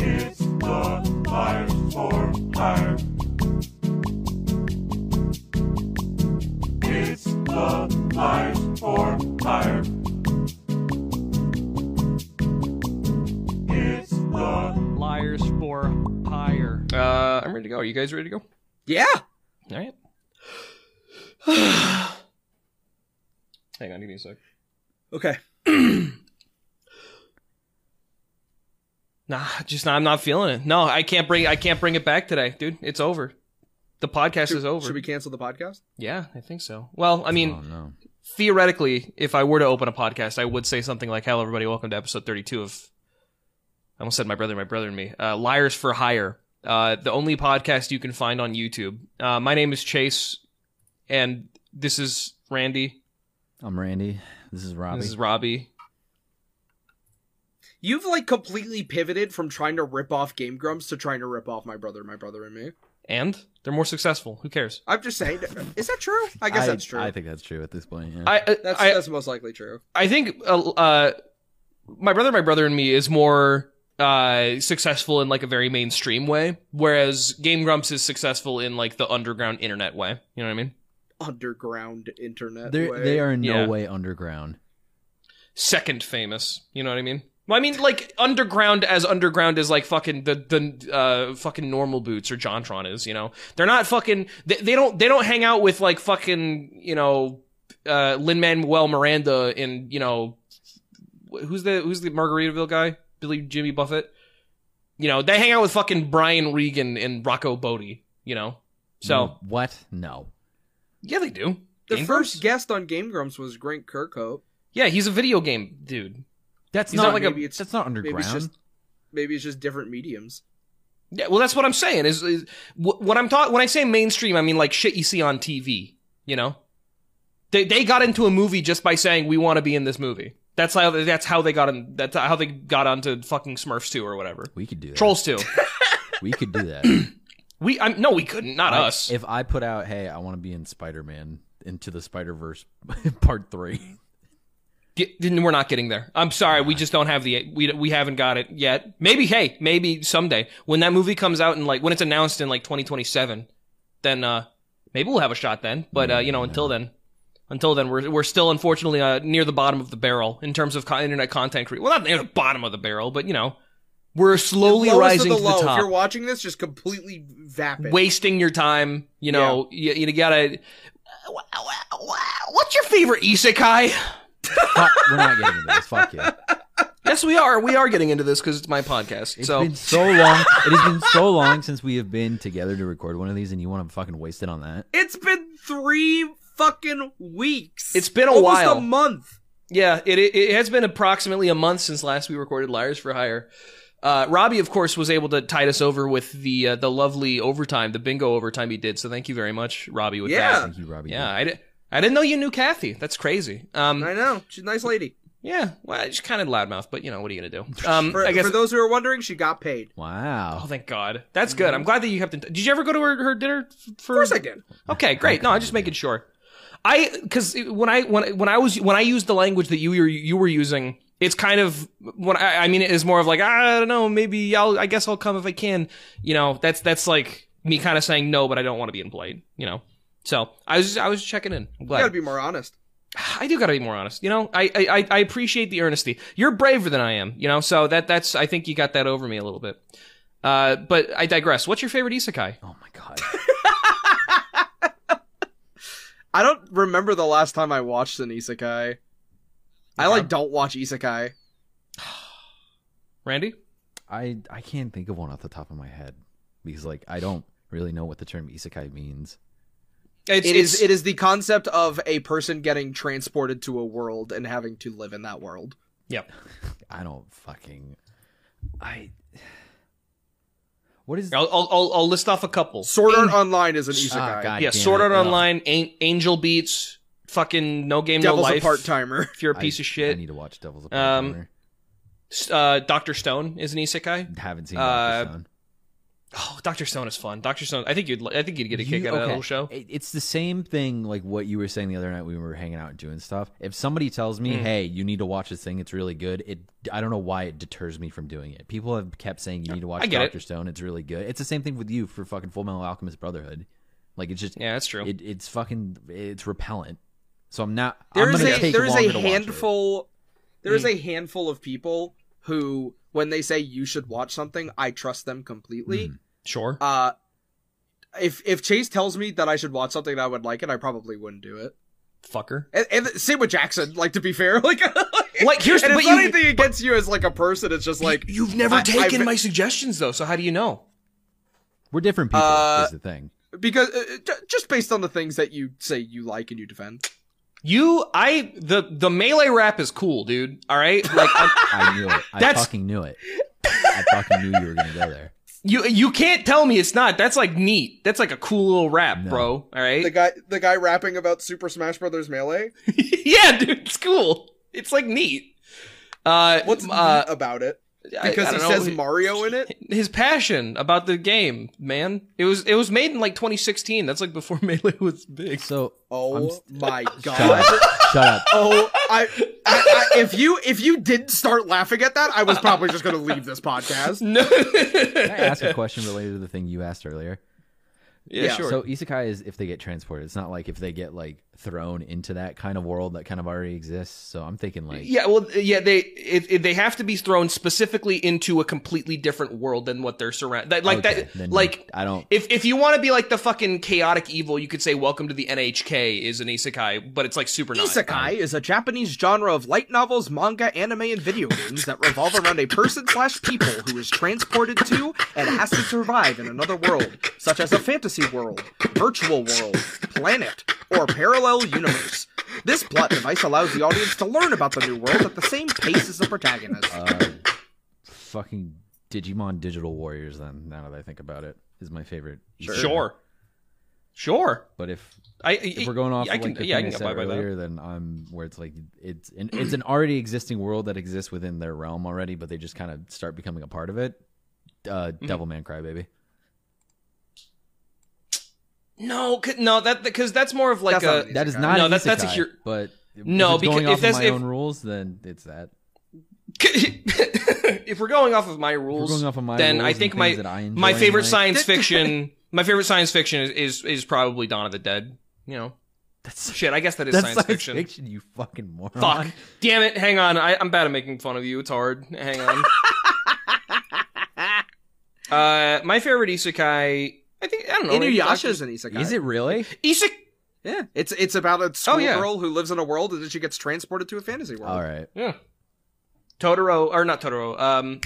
It's the Liars for Hire. It's the Liars for Hire. It's the Liars for hire. Uh, I'm ready to go. Are you guys ready to go? Yeah. All right. Hang on, give me a sec. Okay. Nah, just I'm not feeling it. No, I can't bring I can't bring it back today, dude. It's over. The podcast is over. Should we cancel the podcast? Yeah, I think so. Well, I mean, oh no. theoretically, if I were to open a podcast, I would say something like, "Hello, everybody, welcome to episode 32 of." I almost said my brother, my brother and me. Uh, Liars for Hire, uh, the only podcast you can find on YouTube. Uh, my name is Chase, and this is Randy. I'm Randy. This is Robbie. This is Robbie. You've like completely pivoted from trying to rip off Game Grumps to trying to rip off my brother, my brother, and me. And they're more successful. Who cares? I'm just saying. Is that true? I guess that's true. I think that's true at this point. Yeah. I, I that's I, that's most likely true. I think uh, uh, my brother, my brother, and me is more uh, successful in like a very mainstream way, whereas Game Grumps is successful in like the underground internet way. You know what I mean? Underground internet. They're, way. they are in no Yeah. way underground. Second famous. You know what I mean? Well, I mean, like underground as underground as like fucking the the uh, fucking normal boots or Jontron is. You know, they're not fucking. They, they don't they don't hang out with like fucking you know uh, Lin Manuel Miranda and you know wh- who's the who's the Margaritaville guy Billy Jimmy Buffett. You know, they hang out with fucking Brian Regan and Rocco Bodie. You know, so Mm, what? No. yeah, they do. The Game first Grumps? guest on Game Grumps was Grant Kirkhope. yeah, he's a video game dude. That's He's not, not like a- maybe it's- That's not underground. Maybe it's just maybe it's just different mediums. Yeah, well, that's what I'm saying. Is, is wh- when I'm talking when I say mainstream, I mean like shit you see on TV. You know, they they got into a movie just by saying we want to be in this movie. That's how that's how they got in. That's how they got onto fucking Smurfs two or whatever. we could do that. Trolls two. We could do that. we I'm, no, we couldn't. Not I- us. If I put out, hey, I want to be in Spider Man into the Spider Verse Part Three. Get- then we're not getting there. I'm sorry, we just don't have the we we haven't got it yet. Maybe hey, maybe someday when that movie comes out and like when it's announced in like 2027, then uh maybe we'll have a shot then. But uh you know until then, until then we're we're still unfortunately uh, near the bottom of the barrel in terms of co- internet content creation. Well, not near the bottom of the barrel, but you know we're slowly Lowest rising of to the low. the If top you're watching this, just completely vapid. wasting your time. You know, you, you gotta. What's your favorite isekai? Fuck, we're not getting into this. Fuck you. Yes, we are. We are getting into this because it's my podcast. It's so been so long. It has been so long since we have been together to record one of these, and you want to fucking waste it on that? It's been three fucking weeks. It's been a Almost while. a month. yeah, it, it it has been approximately a month since last we recorded Liars for Hire. Uh, Robbie, of course, was able to tide us over with the uh, the lovely overtime, the bingo overtime he did. So thank you very much, Robbie. With Yeah. that, Thank you, Robbie. yeah, I, di- I didn't know you knew Kathy. That's crazy. Um, I know. She's a nice lady. yeah, well, she's kind of loudmouth, but you know what are you gonna do? Um, For, I guess. for those who are wondering, she got paid. Wow. Oh, thank God. That's good. I'm glad that you kept in. Did you ever go to her, her dinner? f- For, Mhm. Of course I did. Okay, great. No, I'm just making sure. I because when I when when I was when I used the language that you were you were using, it's kind of when I, I mean it is more of like "Ah, I don't know, maybe I'll I guess I'll come if I can. You know, that's that's like me kind of saying no, but I don't want to be in played. You know, so I was I was checking in. I'm You gotta glad. be more honest. I do gotta be more honest. You know, I, I I- I appreciate the earnesty. You're braver than I am. You know, so that that's I think you got that over me a little bit. Uh, but I digress. What's your favorite isekai? Oh my god. I don't remember the last time I watched an isekai. I like don't watch isekai. Randy? I I can't think of one off the top of my head because like I don't really know what the term isekai means. It's, It is it is the concept of a person getting transported to a world and having to live in that world. Yep. I don't fucking I What is I'll, I'll I'll- I'll list off a couple. Sword Art Online is an Ah, isekai. God yeah, damn Sword it. Art No. Online, An- Angel Beats, fucking No Game Devil's No a Life. part timer. If you're a I- piece of I need shit. to watch Devil's a Um, um, S- Uh, Doctor Stone is an isekai. Haven't seen uh, Doctor Stone. Oh, Doctor Stone is fun. Doctor Stone. I think you'd. li- I think you'd get a You- kick out of that okay. little show. It- it's the same thing like what you were saying the other night when we were hanging out and doing stuff. If somebody tells Mm. me, "Hey, you need to watch this thing. It's really good." It I don't know why it deters me from doing it. People have kept saying you need to I watch get Doctor Stone. It's really good. It's the same thing with you for fucking Full Metal Alchemist Brotherhood. Like it's just Yeah, that's true. it, it's fucking it's repellent. So I'm not. There I'm is gonna a take there is longer a to watch it. Hmm. handful there is a handful of people who when they say you should watch something, I trust them Hmm. completely. Sure. Uh if if Chase tells me that I should watch something and I would like it, I probably wouldn't do it. Fucker. And, and same with Jackson. Like to be fair, like Like, here's- and but it's not you- anything against you as like a person. It's just like You've never I- taken I've- my suggestions though, so how do you know? We're different people. Uh, is the thing. because uh, uh, ju- just based on the things that you say you like and you defend. You, I, the the melee rap is cool, dude. All right, like I'm- I knew it. I That's- fucking knew it. I fucking knew you were gonna go there. you you can't tell me it's not. That's like neat. That's like a cool little rap, No. bro. All right, The guy the guy rapping about Super Smash Brothers Melee. yeah, dude, it's cool. It's like neat. Uh, What's uh, neat about it? I- Because I he don't know. says Mario in it. his passion about the game, man. It was it was made in like 2016. That's like before melee was big. So I'm Oh s- my shut god. up. Shut up. Oh, I, I, I if you if you didn't start laughing at that, I was probably just going to leave this podcast. No. Can I ask a question related to the thing you asked earlier? yeah, Yeah, sure. So isekai is if they get transported. It's not like if they get like thrown into that kind of world that kind of already exists. So I'm thinking like Yeah, well, yeah, they it, it, they have to be thrown specifically into a completely different world than what they're surrounded. That, like okay, that, then like I don't. if if you want to be like the fucking chaotic evil, you could say "Welcome to the NHK" is an isekai, but it's like super not. Isekai is a Japanese genre of light novels, manga, anime, and video games that revolve around a person slash people who is transported to and has to survive in another world, such as a fantasy world, virtual world, planet, or parallel universe. This plot device allows the audience to learn about the new world at the same pace as the protagonist. Uh, fucking Digimon Digital Warriors. Then now that I think about it, is my favorite. Sure, isekai. sure. But if I if we're going off I of, can like, the yeah I thing can I said get by by that. earlier, then I'm where it's like it's an, it's an already existing world that exists within their realm already, but they just kind of start becoming a part of it. Uh, Mm-hmm. Devilman Crybaby. No, c- no, that because that's more of like That's not a an That is Isekai. not No, an that's- that's a isekai, cur- but No, if it's going because- if off of that's- my if- own rules, then it's that. if we're going off of my If we're rules, going off of my then rules I and think things my that I enjoy my in favorite life- science fiction my favorite science fiction is, is is probably Dawn of the Dead. You know, That's shit. I guess that is that's science, fiction. You fucking moron. Fuck. Damn it. Hang on. I, I'm bad at making fun of you. It's hard. Hang on. uh, my favorite isekai. I think I don't know. maybe Inuyasha is an isekai. Is it Oh, really? Isek. Yeah, it's it's about a schoolgirl yeah. who lives in a world and then she gets transported to a fantasy world. All right. Yeah. Totoro or not Totoro. Um,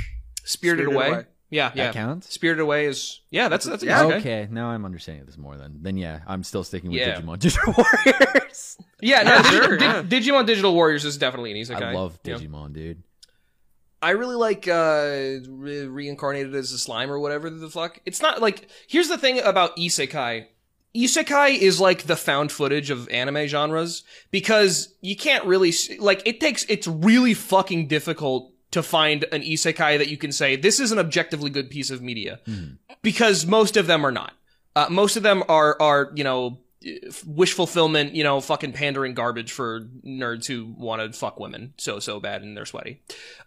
Spirited, Spirited Away. Away. Yeah. Yeah. That counts. Spirited Away is yeah. That's that's an Yeah. isekai. Okay, now I'm understanding this more. Then, then yeah, I'm still sticking with Yeah. Digimon Digital Warriors. Yeah. No. sure, Dig- yeah. Dig- Digimon Digital Warriors is definitely an isekai. I love Yeah. Digimon, dude. I really like uh re- reincarnated as a slime or whatever the fuck. It's not like here's the thing about isekai. Isekai is like the found footage of anime genres because you can't really s- like it takes it's really fucking difficult to find an isekai that you can say this is an objectively good piece of media Mhm. because most of them are not. Uh, most of them are are you know wish fulfillment, you know, fucking pandering garbage for nerds who want to fuck women so so bad and they're sweaty.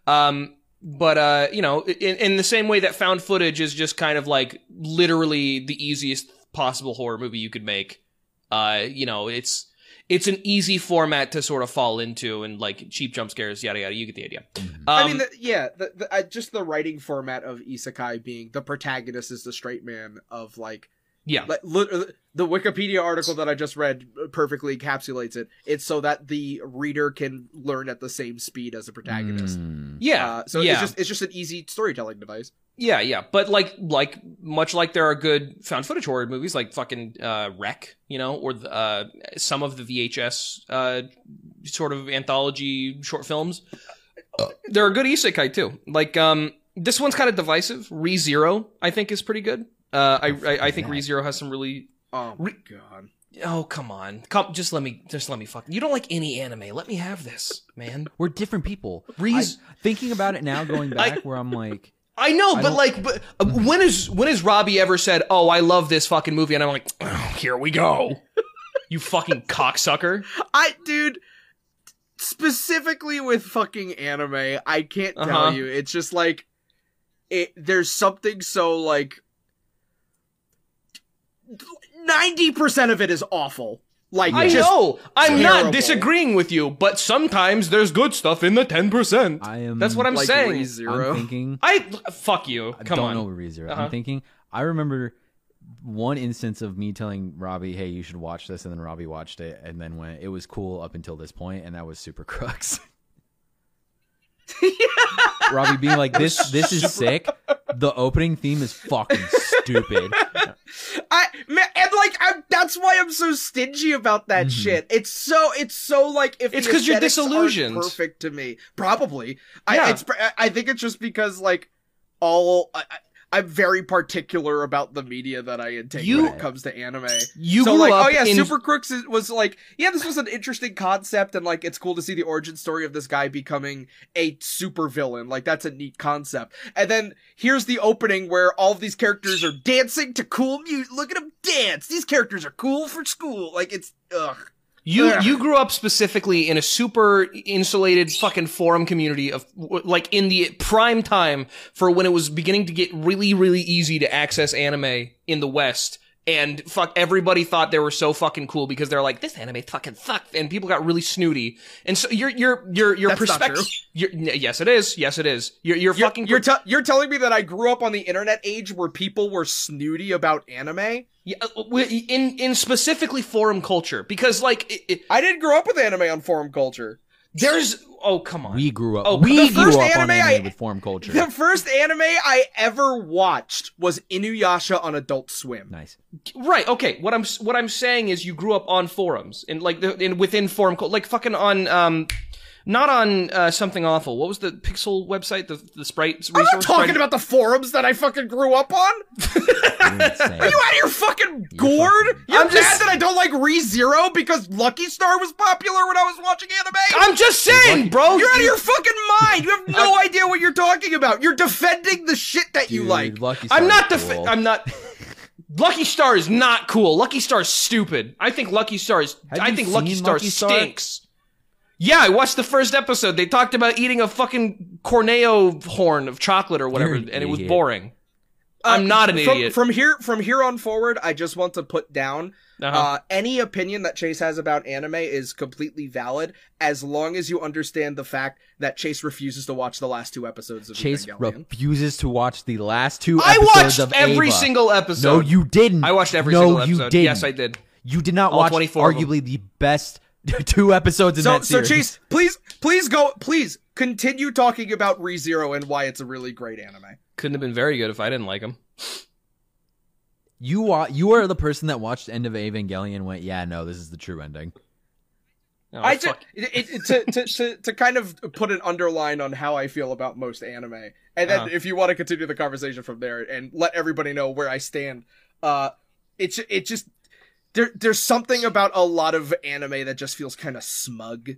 Um, but uh, you know, in, in the same way that found footage is just kind of like literally the easiest possible horror movie you could make. Uh, you know, it's it's an easy format to sort of fall into and like cheap jump scares, yada yada. You get the idea. Mhm. Um, I mean, the, yeah, the, the, uh, just the writing format of isekai being the protagonist is the straight man of like, yeah, like lit- uh, the Wikipedia article that I just read perfectly encapsulates it. It's so that the reader can learn at the same speed as the protagonist. Mm. yeah. Uh, so yeah. it's just it's just an easy storytelling device. Yeah, yeah, but like, like much like there are good found footage horror movies, like fucking uh, Wreck, you know, or the, uh, some of the VHS uh, sort of anthology short films. There are good isekai too. Like um, this one's kind of divisive. Re Zero, I think, is pretty good. Uh, I, I I think Re Zero has some really. Oh my Re- god! Oh come on, come just let me just let me fuck. You don't like any anime? Let me have this, man. We're different people. Reas- I- thinking about it now, going I- back, where I'm like, I know, but like, but uh, when is when has Robbie ever said, "Oh, I love this fucking movie," and I'm like, oh, "Here we go." You fucking cocksucker! I dude specifically with fucking anime, I can't tell Uh-huh. you. It's just like it there's something so like 90% of it is awful. Like I just know. I'm terrible. not disagreeing with you, but sometimes there's good stuff in the ten percent. I am. That's what I'm like saying. ReZero. I'm thinking. I fuck you. I Come don't on. know ReZero. Uh-huh. I'm thinking. I remember one instance of me telling Robbie, "Hey, you should watch this," and then Robbie watched it, and then went, "It was cool up until this point," and that was Super Crux. Robbie being like, "This, this is sick. The opening theme is fucking stupid." I man, and like I'm, that's why I'm so stingy about that shit. It's so it's so like if Mm-hmm. It's the 'cause you're aesthetics aren't disillusioned. Perfect to me, probably. I Yeah. it's, pr- I- I think it's just because like all I, I, I'm very particular about the media that I intake You- when it comes to anime. You so grew like, up oh yeah, in Super Crooks is, was like, yeah, this was an interesting concept, and like, it's cool to see the origin story of this guy becoming a super villain. Like, that's a neat concept. And then here's the opening where all of these characters are dancing to cool music. Look at them dance. These characters are cool for school. Like, it's ugh. You Ugh. you grew up specifically in a super insulated fucking forum community of like in the prime time for when it was beginning to get really really easy to access anime in the West. And fuck, everybody thought they were so fucking cool because they're like, this anime fucking sucked, and people got really snooty. And so your your your your That's not perspective, true. yes it is, yes it is. Your your You're, fucking you're, te- you're telling me that I grew up on the internet age where people were snooty about anime? Yeah, uh, we- in in specifically forum culture because like it, it, I didn't grow up with anime on forum culture. there's oh come on We grew up. Oh, we the first grew up on anime anime I- with form culture. The first anime I ever watched was Inuyasha on Adult Swim. nice. Right. Okay. What I'm what I'm saying is you grew up on forums and like the, in within forum co- like fucking on um not on uh, something awful. What was the pixel website? The the sprite resource. I'm not talking friend- about the forums that I fucking grew up on. You're insane. Are you out of your fucking You're gourd? fucking- You're I'm mad just- that I don't like ReZero because Lucky Star was popular when I was watching anime? I'm just saying, bro. you're out of your fucking mind. You have no idea what you're talking about. You're defending the shit that you Dude, like. Lucky Star's I'm not the. cool. I'm not. Lucky Star is not cool. Lucky Star is stupid. I think Lucky Star is. Have I you think Lucky seen Star Lucky Star? stinks. Yeah, I watched the first episode. They talked about eating a fucking corneo horn of chocolate or whatever, You're an and it was idiot. boring. Uh, I'm not an from, idiot. From here, from here on forward, I just want to put down Uh-huh. Uh, any opinion that Chase has about anime is completely valid as long as you understand the fact that Chase refuses to watch the last two episodes of Chase Evangelion. refuses to watch the last two. I episodes watched of every Ava. single episode. No, you didn't. I watched every no, single you episode. didn't. Yes, I did. You did not All watch 24 of them. arguably the best two episodes in So, that so series. Chase, please, please go, please continue talking about ReZero and why it's a really great anime. Couldn't have been very good if I didn't like him. you wa- you are the person that watched End of Evangelion and went, "Yeah, no, this is the true ending." Oh, I fuck. just it, it, to, to, to to kind of put an underline on how I feel about most anime, and then Uh-huh. if you want to continue the conversation from there and let everybody know where I stand, uh, it's it just there there's something about a lot of anime that just feels kind of smug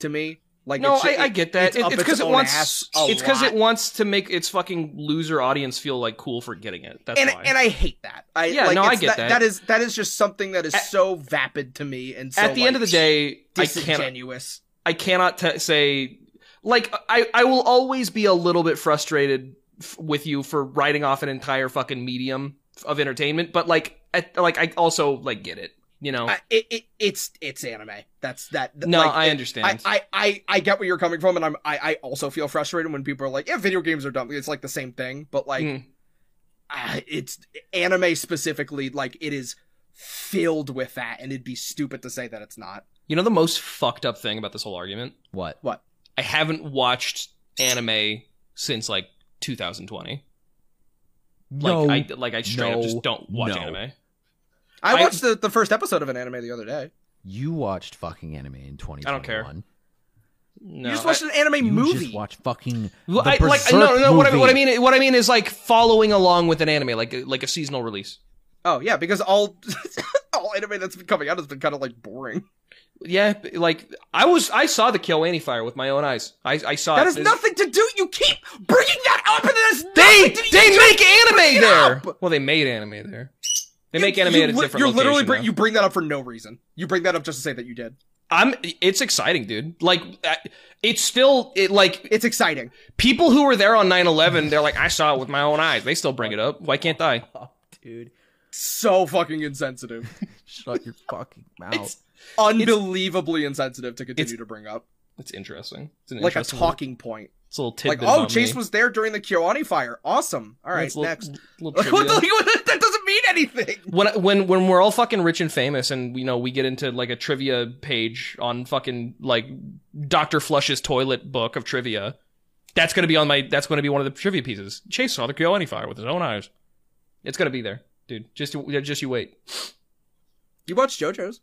to me. Like no, it's, I, I get that. it's It- up It's because its it own wants. ass a It's because it lot. wants to make its fucking loser audience feel like cool for getting it. That's and why. and I hate that. I Yeah, like, no, I it's get that. That is that is just something that is At- so vapid to me and so At the end of the like, day, I can't. disingenuous. I cannot t- say. Like I, I will always be a little bit frustrated f- with you for writing off an entire fucking medium of entertainment, but like, at, like I also like get it. You know. I, it, it it's it's anime. That's that. th- no, like, I it- I, understand. I, I, I get where you're coming from, and I'm I, I also feel frustrated when people are like, "Yeah, video games are dumb." It's like the same thing, but like, Mm. ah, it's anime specifically. Like, it is filled with that, and it'd be stupid to say that it's not. you know the most fucked up thing about this whole argument. What? I haven't watched anime since like 2020. no, Like I like I straight up no, just don't watch no. anime. I, I- watched the, the first episode of an anime the other day. you watched fucking anime in 2021. care. No, you just watched an anime You movie. just watch fucking I, well, the I- like Berserk no no no, what I, movie. what I mean what I mean is like following along with an anime like like a seasonal release. oh yeah, because all all anime that's been coming out has been kind of like boring. Yeah, b- like I was, I saw the Kyoani fire with my own eyes. I, I saw That it. has It's- nothing to do. You keep bringing that up, and that has They nothing to do- they you make anime there. up! Well, they made anime there. They You- make anime you at a li- different. You're literally location bring, now. you bring that up for no reason. You bring that up just to say that you did. I'm. It's exciting, dude. Like, I- it's still it like It's exciting. people who were there on 9/11. They're like, I saw it with my own eyes. They still bring it up. Why can't I? Oh, dude, So fucking insensitive. shut your fucking mouth. It's Unbelievably insensitive to continue to bring up. it's interesting. It's an Like a interesting talking point. little- It's a little Like, tidbit. oh, about Chase me. was there during the Kyoani fire. Awesome. All right, It's a little- next. little What trivia. the, that doesn't mean anything. when when when we're all fucking rich and famous and you know we get into like a trivia page on fucking like Dr. Flush's toilet book of trivia that's going to be on my that's going to be one of the trivia pieces Chase saw the Kyoani fire with his own eyes it's going to be there dude just just you wait You watched JoJo's?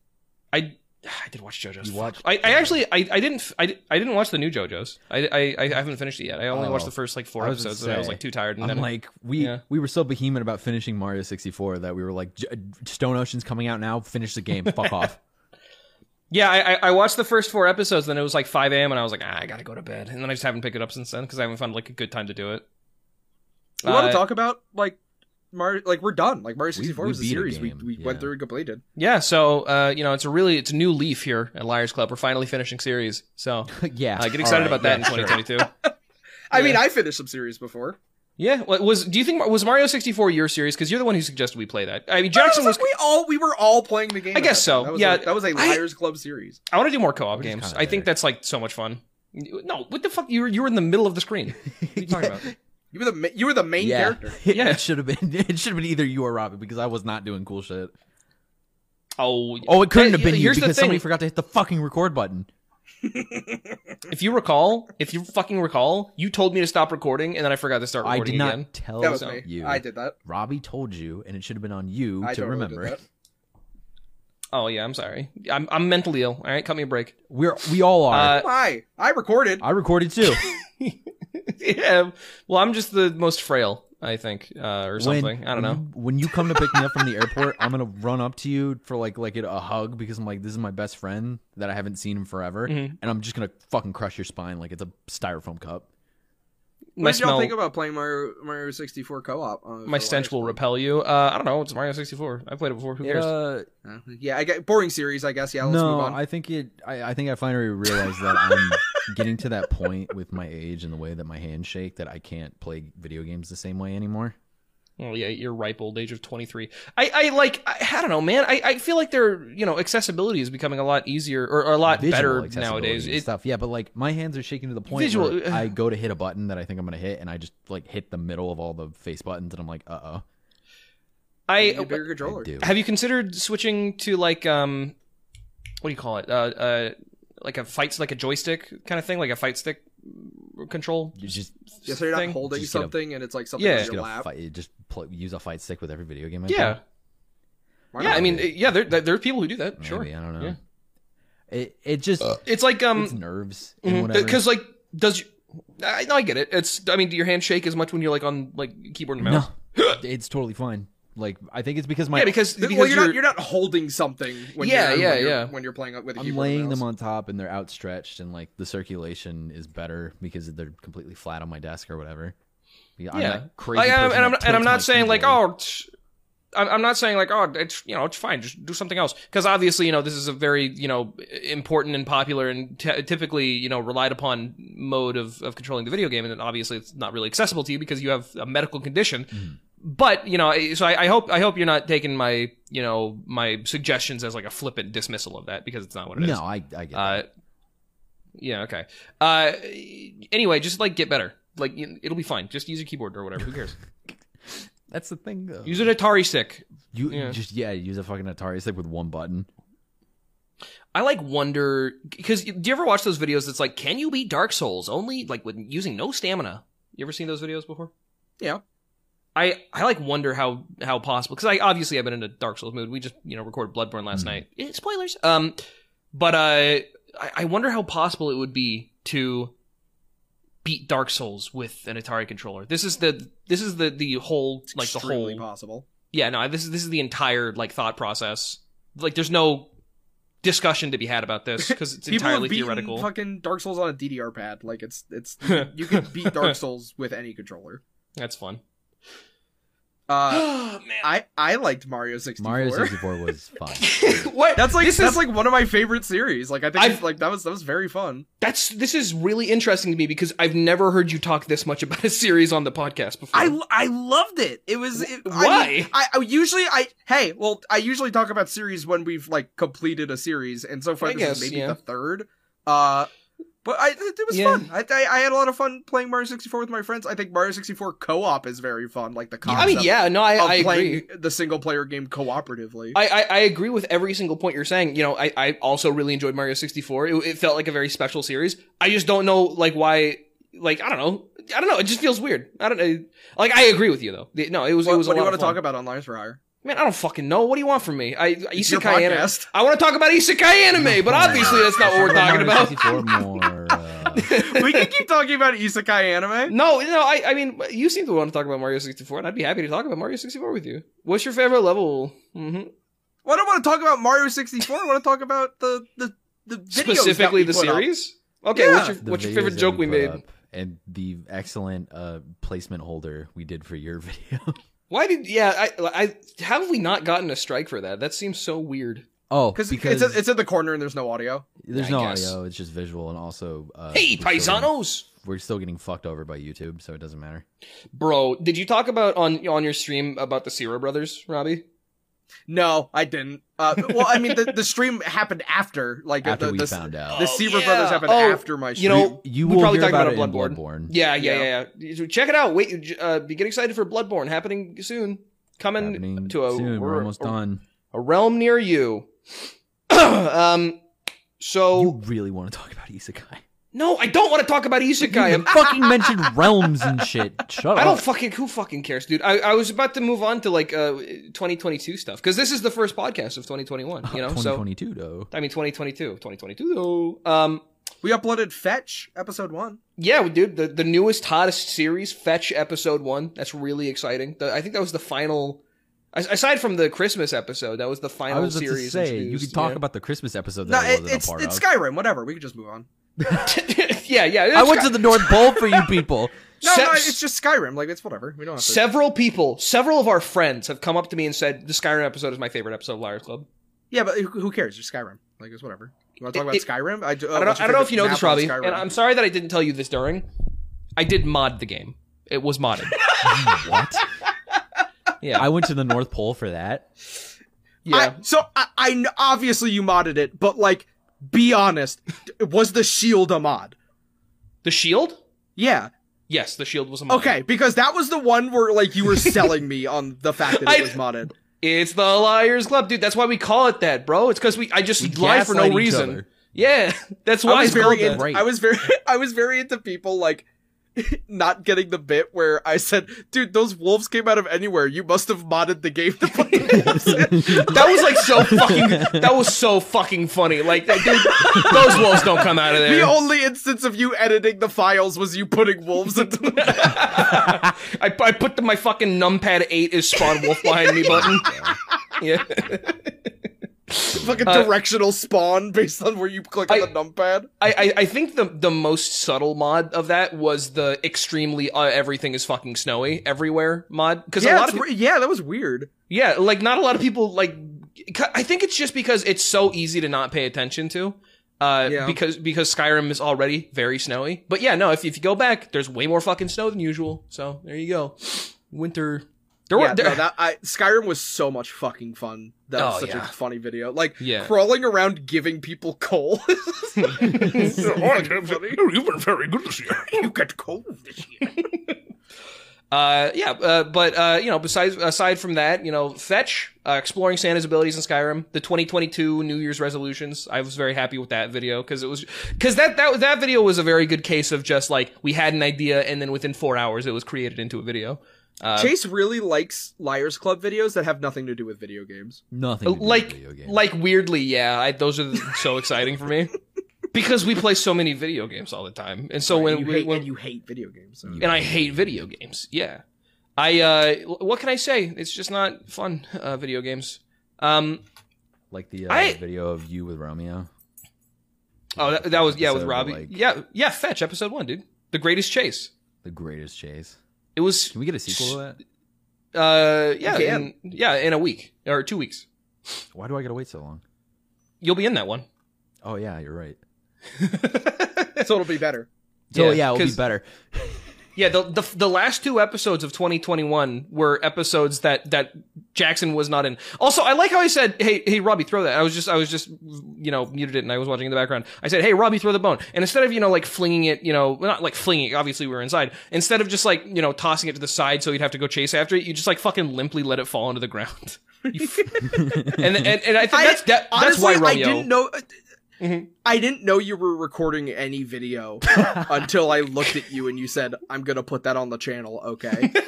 I I did watch JoJo's You watched- I, I actually I, I didn't f- I, di- I didn't watch the new JoJo's I, I I haven't finished it yet I only Oh. watched the first like four I was gonna episodes and I was say, like too tired and I'm then like we yeah. we were so vehement about finishing Mario 64 that we were like, "J- Stone Ocean's coming out now. Finish the game. Fuck off. Yeah, I, I- I watched the first four episodes, then it was like 5 a.m., and I was like, ah, I gotta go to bed. And then I just haven't picked it up since then because I haven't found like a good time to do it. We want Uh, to talk about like Mario. Like we're done. Like Mario sixty four we was a beat a series we, game, we yeah. went through and completed. Yeah, so uh, you know, it's a really it's a new leaf here at Liars Club. We're finally finishing series, so yeah. uh, get excited All right, about that yeah, in sure. 2022. I mean, Yeah. I finished some series before. yeah, what was do you think was Mario 64 your series? Because you're the one who suggested we play that. I mean, Jackson I was. was like, we all we were all playing the game. I at guess that time. so, That was yeah. a, that was a I- Liars Club series. I want to do more co-op It is games. kinda I think there. that's like so much fun. No, what the fuck? You were you were in the middle of the screen. What are you talking about? You were the ma- you were the main yeah. character. Yeah. it should have been. It should have been either you or Robbie because I was not doing cool shit. Oh, Oh, it couldn't Hey, have been you here's the because somebody thing. forgot to hit the fucking record button. if you recall, if you fucking recall, you told me to stop recording, and then I forgot to start I recording did not again. tell That was so me. Oh, you. I did that. Robbie told you, and it should have been on you I to totally remember. Did that. Oh yeah, I'm sorry. I'm I'm mentally ill. All right, cut me a break. We're we all are. Uh, Why? I recorded. I recorded too. yeah. Well, I'm just the most frail, I think, uh, or something. I don't know. you- when you come to pick me up from the airport, I'm gonna run up to you for like like a hug because I'm like, this is my best friend that I haven't seen in forever, Mm-hmm. and I'm just gonna fucking crush your spine like it's a styrofoam cup. my What did y'all smell, think about playing Mario Mario Oh, sixty four co op? my stench will repel you. Uh, I don't know. It's Mario 64. I played it before. Who cares? Uh, Yeah, I get boring series. I guess. Yeah, let's move no, on. I think it. I, I think I finally realized that I'm getting to that point with my age and the way that my hands shake that I can't play video games the same way anymore. Well, Oh, yeah, your ripe old age of 23. I, I like, I, I don't know, man. I, I feel like their, you know, accessibility is becoming a lot easier or, or a lot Visual better accessibility nowadays. and It- stuff. Yeah, but like my hands are shaking to the point Visual- uh, where I go to hit a button that I think I'm gonna hit, and I just like hit the middle of all the face buttons, and I'm like, uh oh. You need a I, bigger I controller. do. Have you considered switching to like um, what do you call it? Uh, uh, like a fight, like a joystick kind of thing, like a fight stick control. You just Yeah, so you're not thing? holding Just get a- something, and it's like something Yeah. on just your get a lap. fight, you just play, use a fight stick with every video game. I Yeah, play. Why yeah. not? I mean, yeah, there, there there are people who do that. Maybe, Sure, I don't know. Yeah. It it just it's like um, it's nerves and whatever. because like does. I, no, I get it. It's I mean, do your hand shake as much when you're like on like keyboard and mouse? no, it's totally fine. Like I think it's because my Yeah, because, Th- because well, you're, you're not you're not holding something. When Yeah, you're, yeah, when you're, yeah. When you're playing with a I'm keyboard laying and mouse. them on top and they're outstretched and like the circulation is better because they're completely flat on my desk or whatever. Yeah, I'm yeah, that crazy. Like, I'm- person and I'm that and I'm tilts not my saying like keyboard. oh. T- I'm I'm not saying like oh it's you know it's fine just do something else because obviously you know this is a very you know important and popular and t- typically you know relied upon mode of, of controlling the video game and obviously it's not really accessible to you because you have a medical condition Mm-hmm. but you know I- so I, I hope I hope you're not taking my you know my suggestions as like a flippant dismissal of that because it's not what it is. no, I I get Uh, yeah, okay. Uh, anyway, just like get better. Like you- it'll be fine. Just use a keyboard or whatever. Who cares? that's the thing though. use an Atari stick. you yeah. just yeah, use a fucking Atari stick with one button. I like wonder because do you ever watch those videos? That's like, can you beat Dark Souls only like with using no stamina? You ever seen those videos before? Yeah. I, I like wonder how how possible because I obviously I've been in a Dark Souls mood. We just you know recorded Bloodborne last Mhm. night. Eh, spoilers. Um, but uh, I I wonder how possible it would be to beat Dark Souls with an Atari controller. This is the this is the the whole It's like the extremely whole possible. yeah no this is this is the entire like thought process. Like there's no discussion to be had about this because it's People have entirely beaten theoretical. Fucking Dark Souls on a DDR pad, like it's it's you can beat Dark Souls with any controller. That's fun. Oh Uh, man. I I liked Mario sixty four. Mario 64 was fun. what? That's like this that's is like one of my favorite series. Like I think I've- it's, like that was that was very fun. that's this is really interesting to me because I've never heard you talk this much about a series on the podcast before. I, I loved it. It was it, I, mean, Why? I, I usually I hey well I usually talk about series when we've like completed a series and so far I this guess, is maybe yeah. the third. Uh, but I it, it was Yeah. fun. I, I I had a lot of fun playing Mario sixty four with my friends. I think Mario sixty four co op is very fun. Like the concept I mean, yeah, no, I, of I playing agree. the single player game cooperatively. I, I, I agree with every single point you're saying. You know, I, I also really enjoyed Mario 64. It, it felt like a very special series. I just don't know, like, why, like, I don't know. I don't know. It just feels weird. I don't know. Like, I agree with you, though. The- No, it was, what, it was what a do you lot want of to talk fun. about on Liars for Hire? Man, I don't fucking know. What do you want from me? I, It's your isekai anime. podcast. I want to talk about isekai anime, but obviously that's not what we're talking Mario about. 64 more. Uh, we can keep talking about isekai anime. No, no, I, I mean, you seem to want to talk about Mario 64, and I'd be happy to talk about Mario 64 with you. What's your favorite level? hmm Well, I don't want to talk about Mario 64. I want to talk about the the the videos that Specifically we the put up. series? Okay, what's Yeah. your, the what's your videos favorite that joke we put made? up and the excellent uh, placement holder we did for your video. Why did yeah? I I how have we not gotten a strike for that? That seems so weird. oh, Because because it's, in- it's in the corner and there's no audio. there's I no guess. audio; it's just visual, and also uh, hey, we're still getting- paisanos, we're still getting fucked over by YouTube, so it doesn't matter. bro, did you talk about on on your stream about the Sierra Brothers, Robbie? No, I didn't. Uh, well, I mean, the, the stream happened after, like After the, we the, found out, the Oh, Seaver yeah. Brothers happened Oh, after my stream. You know, you we will probably hear talk about, about it in it in Bloodborne. Yeah, yeah, yeah, yeah. So Check it out. Wait, uh, be get excited for Bloodborne happening soon. Coming Happening to a soon. We're a- almost done. a realm near you. um, so You really want to talk about isekai? no, I don't want to talk about isekai. I'm You fucking mentioned realms and shit. Shut I up. don't fucking who fucking cares, dude. I, I was about to move on to like uh 2022 stuff because this is the first podcast of 2021. You know, so 2022 though. I mean 2022, 2022. Um, we uploaded Fetch episode one. yeah, we- dude, the the newest hottest series, Fetch episode one. That's really exciting. The, I think that was the final. as- Aside from the Christmas episode, that was the final I was about to series. say you introduced, could talk yeah. about the Christmas episode No, that I it, wasn't it's a part it's of. Skyrim. Whatever. We can just move on. yeah, yeah. I it's went got- to the North Pole for you people. No, Se- no, it's just Skyrim. Like it's whatever. We don't have to. Several people, several of our friends have come up to me and said, The Skyrim episode is my favorite episode of Liars Club. yeah, but who who cares? Just Skyrim. Like it's whatever. You want to talk It- about it- Skyrim? I, uh, do, I don't, know, I don't know if you know this, Robbie, Skyrim. and I'm sorry that I didn't tell you this during. I did mod the game. It was modded. what? Yeah. I went to the North Pole for that. yeah. I, so I, I kn- obviously you modded it, but like, be honest, d- was the shield a mod? the shield? Yeah. Yes, the shield was a mod. Okay, because that was the one where like you were selling me on the fact that it I- was modded. It's the Liars Club, dude. That's why we call it that, bro. It's because we I just lie for gaslight no each reason. other. Yeah. That's why I was it's called very, that. in, Right. I was very, I was very into people like not getting the bit where I said, "Dude, those wolves came out of anywhere. You must have modded the game to put the wolves in." That was like so fucking that was so fucking funny. Like that, dude, those wolves don't come out of there. The only instance of you editing the files was you putting wolves into the. I, I put the, my fucking numpad 8 is spawn wolf behind me button. Yeah. fucking Uh, directional spawn based on where you click on I- the numpad. I, I, I think the the most subtle mod of that was the extremely uh, everything is fucking snowy everywhere mod because a Yeah, lot it's of re- yeah, that was weird. pe- yeah like not a lot of people like c- I think it's just because it's so easy to not pay attention to uh Yeah. because because Skyrim is already very snowy but yeah no if if you go back there's way more fucking snow than usual so there you go winter there were Yeah, there, no, that I, Skyrim was so much fucking fun. That was Oh, such yeah. a funny video. Like Yeah. crawling around giving people coal. so fucking funny. You've been very good this year. You get coal this year. Uh, yeah, uh, but uh, you know, besides aside from that, you know, fetch uh, exploring Santa's abilities in Skyrim, the 2022 New Year's resolutions. I was very happy with that video because it was because that that that video was a very good case of just like we had an idea and then within four hours it was created into a video. Uh, Chase really likes Liars Club videos that have nothing to do with video games. Nothing. to do with like video games. like weirdly, yeah, I, those are so exciting for me because we play so many video games all the time, and so when you we hate, when and you hate video games. So. and I hate video games. Yeah, I. Uh, wh- what can I say? It's just not fun. Uh, video games. Um, Like the uh, I- video of you with Romeo. Oh, that, that was yeah with Episode, Robbie. like- yeah, yeah. Fetch episode one, dude. The greatest chase. The greatest chase. It was Can we get a sequel to that? uh yeah You in, yeah in a week or two weeks. Why do I gotta wait so long? You'll be in that one. Oh yeah, you're right. so it'll be better. So yeah, it'll be 'cause- better. Yeah, the, the the last two episodes of 2021 were episodes that that Jackson was not in. Also, I like how I said, "Hey, hey, Robbie, throw that." I was just I was just you know muted it and I was watching in the background. I said, "Hey, Robbie, throw the bone," and instead of you know like flinging it, you know well, not like flinging. it, Obviously, we were inside. Instead of just like you know tossing it to the side so you'd have to go chase after it, you just like fucking limply let it fall into the ground. You f- and, and and I think that's that, that's honestly, why Romeo. I didn't know. uh, Mhm. I didn't know you were recording any video until I looked at you and you said, "I'm gonna put that on the channel." Okay, uh, put because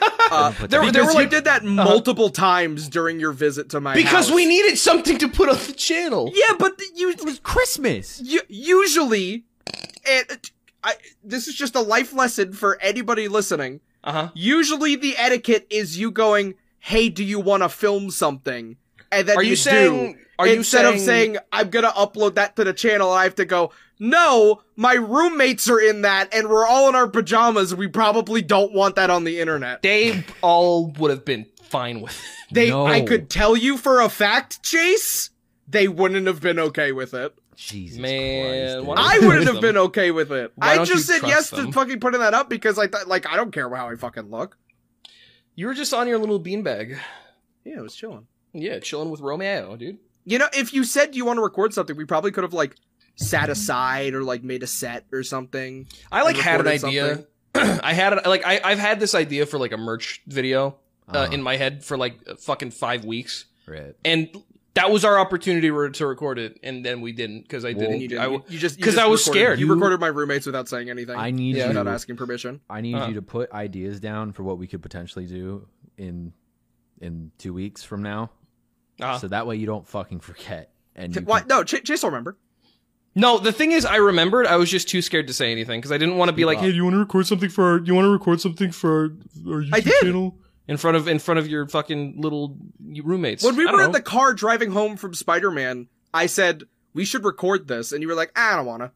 that- There were- there were, you like- did that multiple times during your visit to my Uh-huh. because we house. needed something to put on the channel. Yeah, but th- you It was Christmas. U- usually, and I, this is just a life lesson for anybody listening. Uh huh. Usually, the etiquette is you going, "Hey, do you want to film something?" And then Are you, you saying? do. Are you Instead of saying I'm gonna upload that to the channel, I have to go. No, my roommates are in that, and we're all in our pajamas. We probably don't want that on the internet. they all would have been fine with it. They, No. I could tell you for a fact, Chase, they wouldn't have been okay with it. Jesus Man, Christ, why dude. I don't you wouldn't trust have been them? okay with it. Why I don't just you said trust yes them? to fucking putting that up because I thought, like, I don't care how I fucking look. You were just on your little beanbag. Yeah, it was chilling. Yeah, chilling with Romeo, dude. You know, if you said you want to record something, we probably could have like sat aside or like made a set or something. I like You had an recorded idea. I had it like I I've had this idea for like a merch video uh, Uh-huh. in my head for like uh, fucking five weeks, Right. and that was our opportunity re- to record it, and then we didn't because I didn't. And you didn't. I you, w- you just you 'cause just I was recorded- scared. You, You- recorded my roommates without saying anything. I need Yeah. you. without asking permission. I need Uh. you to put ideas down for what we could potentially do in in two weeks from now, uh, so that way you don't fucking forget. And you Why? can- No, Ch- Chase will remember. no, the thing is, I remembered. I was just too scared to say anything because I didn't want to be like, up. "Hey, do you want to record something for our, do you want to record something for our, our YouTube I did. channel in front of in front of your fucking little roommates?" When we I don't were in know. the car driving home from Spider Man, I said we should record this, and you were like, I don't wanna.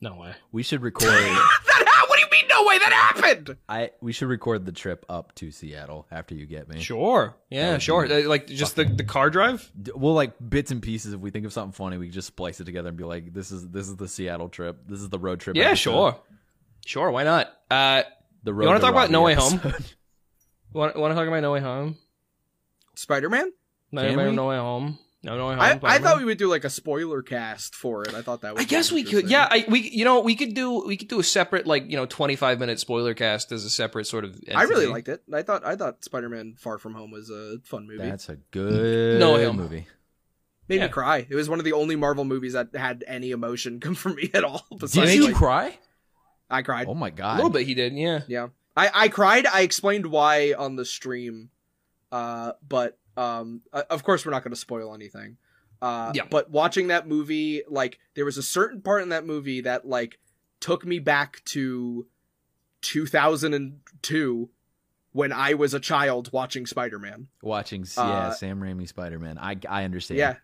no way. we should record. That ha- what do you mean? No way! That happened. I we should record the trip up to Seattle after you get me. Sure. That Yeah, would be sure. Uh, Like just the, the car drive? D- We'll like bits and pieces. If we think of something funny, we just splice it together and be like, "This is this is the Seattle trip. This is the road trip." Yeah, episode. sure. Sure, why not? Uh The road. you want to to talk about Robbie No Way episode. Home? want to talk about No Way Home? Spider Man. No, Can no, we? No Way Home. No, No Way Home. I, I Spider-Man? thought we would do like a spoiler cast for it. I thought that. was I guess we could. interesting. Yeah, I, we you know, we could do we could do a separate like, you know, 25 minute spoiler cast as a separate sort of I really entity. liked it. I thought I thought Spider Man Far From Home was a fun movie. That's a good No Way Home. movie. Made yeah. me cry. It was one of the only Marvel movies that had any emotion come from me at all. Did Besides, you like, cry? I cried. Oh my a god! little bit he did. Yeah. Yeah. I, I cried. I explained why on the stream. Uh, but um, uh, of course we're not going to spoil anything. Uh, Yeah. But watching that movie, like there was a certain part in that movie that like took me back to 2002 when I was a child watching Spider Man. Watching, yeah, Uh, Sam Raimi Spider Man. I I understand. Yeah.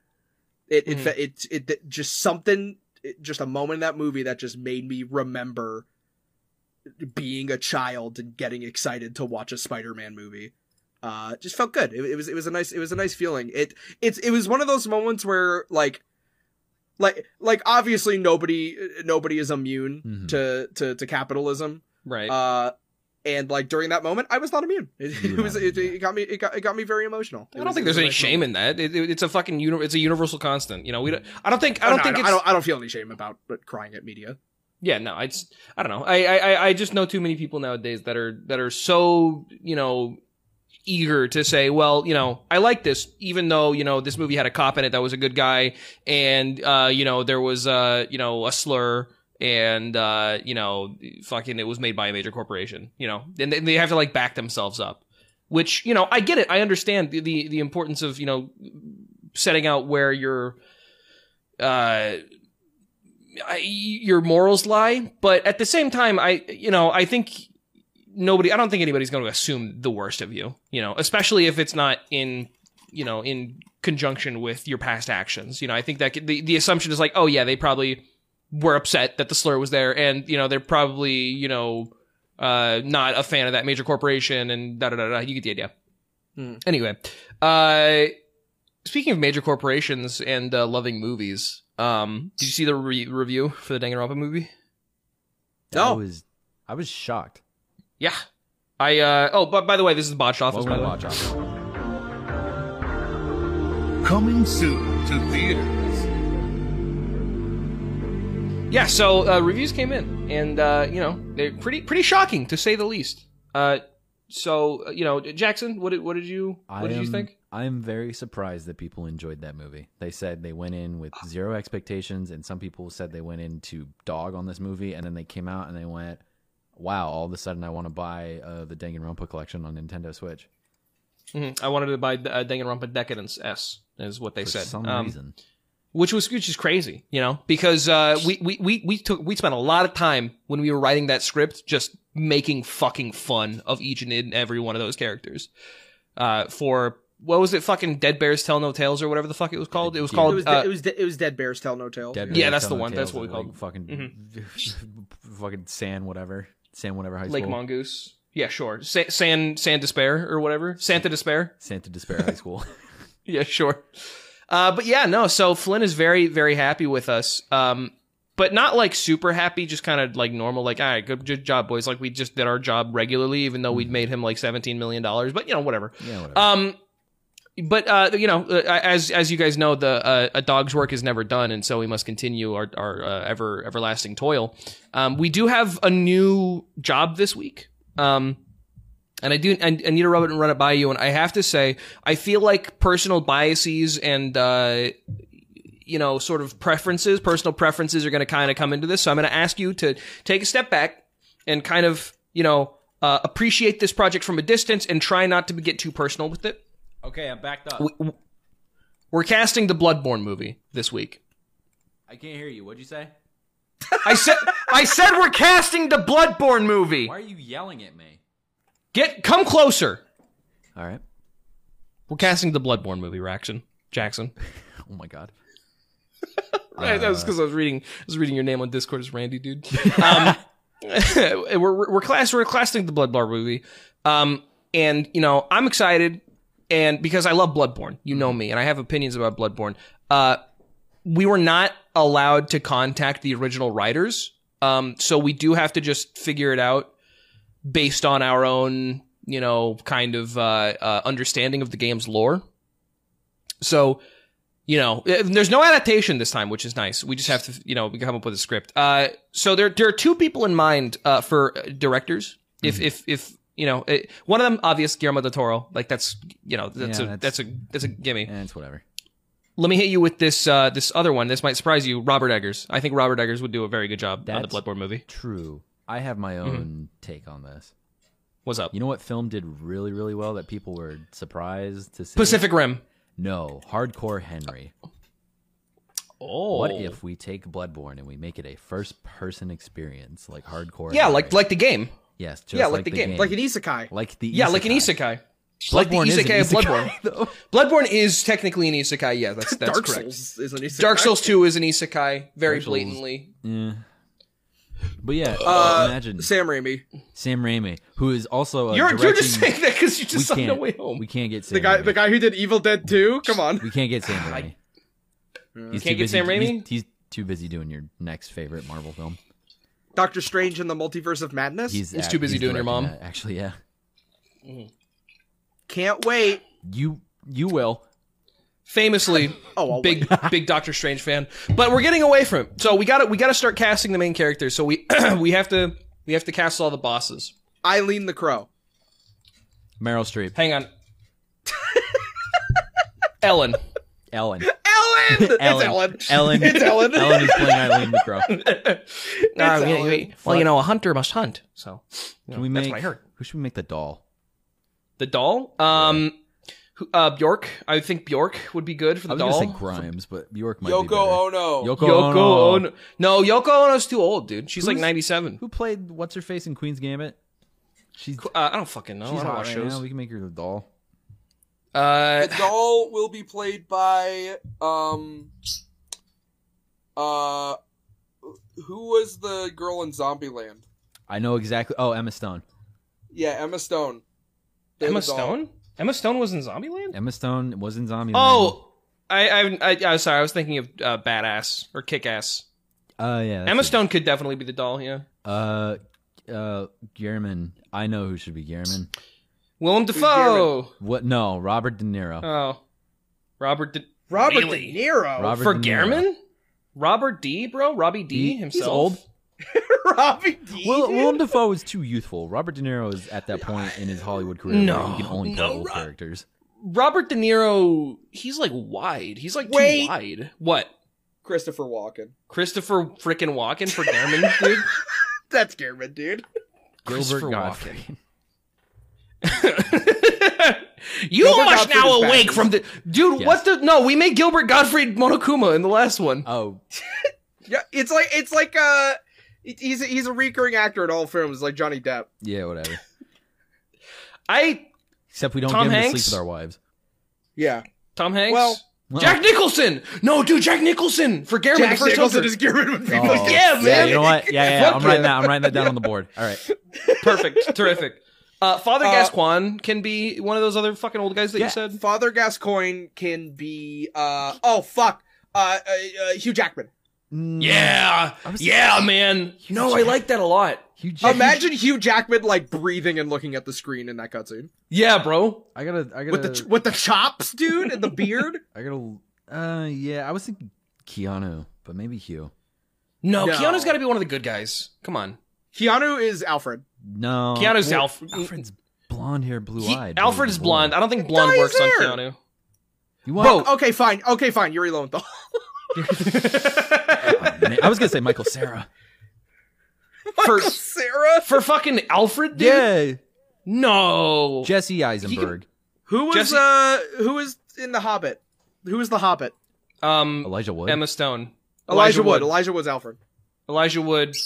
It it, Mhm. fe- it it it just something it, just a moment in that movie that just made me remember being a child and getting excited to watch a Spider-Man movie. Uh it just felt good. It, it was it was a nice it was a nice feeling. It it's it was one of those moments where like like like obviously nobody nobody is immune Mhm. to to to capitalism. Right. Uh and like during that moment I was not immune. It, it You were was not it, immune, it got me it got it got me very emotional. It I don't was- think it was there's a any nice shame moment. in that. It, it- it's a fucking uni- it's a universal constant. You know, we don't. I don't think. I Oh, don't no, think I it's. I don't, I don't feel any shame about uh, crying at media. Yeah, no, I just, I don't know. I, I, I- I just know too many people nowadays that are, that are so, you know, eager to say, well, you know, I like this, even though, you know, this movie had a cop in it that was a good guy. And, uh, you know, there was, uh, you know, a slur and, uh, you know, fucking, it was made by a major corporation, you know, and they, they have to like back themselves up, which, you know, I get it. I understand the, the, the importance of, you know, setting out where your, uh, I, your morals lie, but at the same time, I you know I think nobody, I don't think anybody's going to assume the worst of you, you know, especially if it's not in you know in conjunction with your past actions you know i think that could- the, the assumption is like oh yeah they probably were upset that the slur was there and you know they're probably you know uh not a fan of that major corporation and da da da da you get the idea Hmm. anyway uh speaking of major corporations and uh, loving movies um did you see the re- review for the danganronpa movie I No. was I was shocked. yeah i uh oh but by the way this is botched office What by would watch the way. off? Coming soon to theaters. Yeah, so uh, reviews came in, and uh, you know they're pretty pretty shocking to say the least. Uh, so uh, you know, Jackson, what did what did you what I did am, you think? I am very surprised that people enjoyed that movie. They said they went in with Ah. zero expectations, and some people said they went in to dog on this movie, and then they came out and they went, "Wow! All of a sudden, I want to buy uh, the Danganronpa collection on Nintendo Switch." Mhm. I wanted to buy uh, Danganronpa Decadence S, is what they For said. some Um, reason, which was which is crazy, you know, because uh, we, we we we took we spent a lot of time when we were writing that script just making fucking fun of each and every one of those characters. Uh, for what was it? Fucking Dead Bears Tell No Tales or whatever the fuck it was called. It was Yeah. called It was, uh, de- it was de- it was Dead Bears Tell No Tale. Dead yeah, Bears that's the Telling one. That's Tales what we of, call like, them. fucking fucking San whatever San whatever high Lake school Mongoose. Yeah, sure. Sa- San San Despair or whatever. Santa Despair. Santa Despair High School. Yeah, sure. Uh, but yeah, no. So Flynn is very very happy with us. Um, but not like super happy, just kind of like normal. Like, all right, good, good job, boys. Like we just did our job regularly, even though we'd made him like seventeen million dollars. But you know, whatever. yeah, whatever. Um, but uh, you know, uh, as as you guys know, the uh, a dog's work is never done, and so we must continue our our uh, ever everlasting toil. Um, we do have a new job this week. Um, and I do and I need to rub it and run it by you. And I have to say, I feel like personal biases and uh, you know, sort of preferences, personal preferences are going to kind of come into this. So I'm going to ask you to take a step back and kind of you know uh, appreciate this project from a distance and try not to get too personal with it. okay, I'm backed up. We're casting the Bloodborne movie this week. I can't hear you. What'd you say? I said I said we're casting the Bloodborne movie. are you yelling at me? Get come closer. All right. We're casting the Bloodborne movie, Raxon. Jackson. Oh my god. Right, that was because I was reading. I was reading your name on Discord as Randy, dude. Um, we're we're we're class we're classing the Bloodborne movie, um, and you know I'm excited, and because I love Bloodborne, you know me, and I have opinions about Bloodborne. Uh, we were not allowed to contact the original writers, um, so we do have to just figure it out based on our own, you know, kind of uh, uh, understanding of the game's lore. So you know, eh, there's no adaptation this time, which is nice. We just have to, you know, we come up with a script. Uh, so there, there are two people in mind uh, for uh, directors. If, Hmm. if, if you know, eh, one of them obvious Guillermo del Toro. Like that's, you know, that's Yeah, a, that's- that's, a, that's a gimme. And it's whatever. Let me hit you with this, uh, this other one. This might surprise you, Robert Eggers. I think Robert Eggers would do a very good job on the That's- Bloodborne movie. True. I have my Mm-hmm. own take on this. What's up? You know what film did really, really well that people were surprised to see? Pacific Rim. No, Hardcore Henry. Oh, What if we take Bloodborne and we make it a first-person experience like Hardcore? Yeah, Henry? like like the game. yes, just yeah, like, the, game, Like an isekai. like the Yeah, like an isekai. isekai. like the Bloodborne is an isekai of isekai, Bloodborne. though. Bloodborne is technically an isekai. Yeah, that's that's Dark correct. Souls is an isekai. Dark Souls 2 is an isekai, very Dark Souls. blatantly. Yeah. But yeah, Uh, imagine Sam Raimi, Sam Raimi, who is also a You're, directing, you're just saying that because you we just saw can't, No Way Home. We can't get Sam the guy, Raimi. the guy who did Evil Dead 2. Come on. We can't get Sam Raimi. He's Mm, Can't too get busy- Sam Raimi? He's, he's too busy doing your next favorite Marvel film. Doctor Strange in the Multiverse of Madness. He's, He's act- too busy doing your directing mom. that, actually, yeah. Can't wait. You you will. Famously, Oh, I'll big big Doctor Strange fan, but we're getting away from it. So we got to we got to start casting the main characters. So we we have to we have to cast all the bosses. Eileen the Crow. Meryl Streep, Hang on, Ellen. Ellen, Ellen. It's Ellen. Ellen, It's Ellen. Ellen is playing Eileen McGraw. Nah, we- Ellen. we- Well, you know, a hunter must hunt. So you know, Can we make that's what I heard. who should we make the doll? The doll. Um, who- uh, Bjork. I think Bjork would be good for I the was doll. gonna say Grimes, but Bjork might be better. Yoko Ono. Yoko, Yoko Ono. Ono. No, Yoko Ono's too old, dude. She's like Who's- 97. Who played what's her face in Queen's Gambit? She's Uh, I don't fucking know. she's I don't hot watch right shows. now. We can make her the doll. Uh, The doll will be played by um uh who was the girl in Zombieland? I know exactly. Oh, Emma Stone. Yeah, Emma Stone. They're Emma the doll. Stone. Emma Stone was in Zombieland. Emma Stone was in Zombie. Oh, I, I, I, I was sorry. I was thinking of uh, badass or kick ass. oh yeah. that's Emma it. Stone could definitely be the doll. Yeah. Uh, uh, Gehrman. I know who should be Gehrman. Willem Dafoe. What? No, Robert De Niro. Oh, Robert. De- Robert Really? De Niro. Robert Oh, for De Niro. Gehrman? Robert D, bro? Robbie D He- he's himself? old. Robbie D. Will, dude? Willem Dafoe is too youthful. Robert De Niro is at that point in his Hollywood career where No, he can only play no, old Rob- characters. Robert De Niro, he's like wide. He's like Wait. too wide. What? Christopher Walken. Christopher freaking Walken for Gehrman, dude? That's Gehrman, dude. Gilbert Christopher Godfrey. you Gilbert must Gottfried now is awake back. from the dude. Yes. What the? No, we made Gilbert Gottfried Monokuma in the last one. Oh, Yeah, it's like it's like uh, it- he's a, he's a recurring actor in all films, like Johnny Depp. yeah, whatever. I Except we don't Tom give him to Hanks? sleep with our wives. Yeah. Tom Hanks. Well, Well, Jack Nicholson. No, dude, Jack Nicholson for Gehrman. the Jack first Nicholson Joker. is Gehrman when people oh, get Yeah, man. you know what? Yeah, yeah, Fuck I'm writing yeah. that. I'm writing that down on the board. All right. Perfect. Terrific. Uh, Father Uh, Gascoigne can be one of those other fucking old guys that Yeah. you said. Father Gascoigne can be uh oh fuck uh, uh, uh Hugh Jackman. Mm, Yeah, I was- yeah, man. No, I like that a lot. Hugh Jackman. Imagine Hugh Jackman like breathing and looking at the screen in that cutscene Yeah, bro. I gotta. I gotta. with the ch- with the chops, dude, and the beard. I gotta. Uh, yeah, I was thinking Keanu, but maybe Hugh. No, No. Keanu's got to be one of the good guys. Come on, Keanu is Alfred. No, Uh, Keanu's Well, Alf- Alfred's blonde hair, blue He- eyed. Alfred is blonde. I don't think blonde dye works his on hair. Keanu. You Bro, want? okay, fine, okay, fine. Yuri Lowenthal. Oh, man, I was gonna say Michael Sarah. For- Michael Sarah. For fucking Alfred, dude. yeah, No. Jesse Eisenberg, Who was Jesse- uh who was in the Hobbit? Who was the Hobbit? um, Elijah Wood. Emma Stone, Elijah, Wood. Elijah Wood's Alfred. Elijah Wood.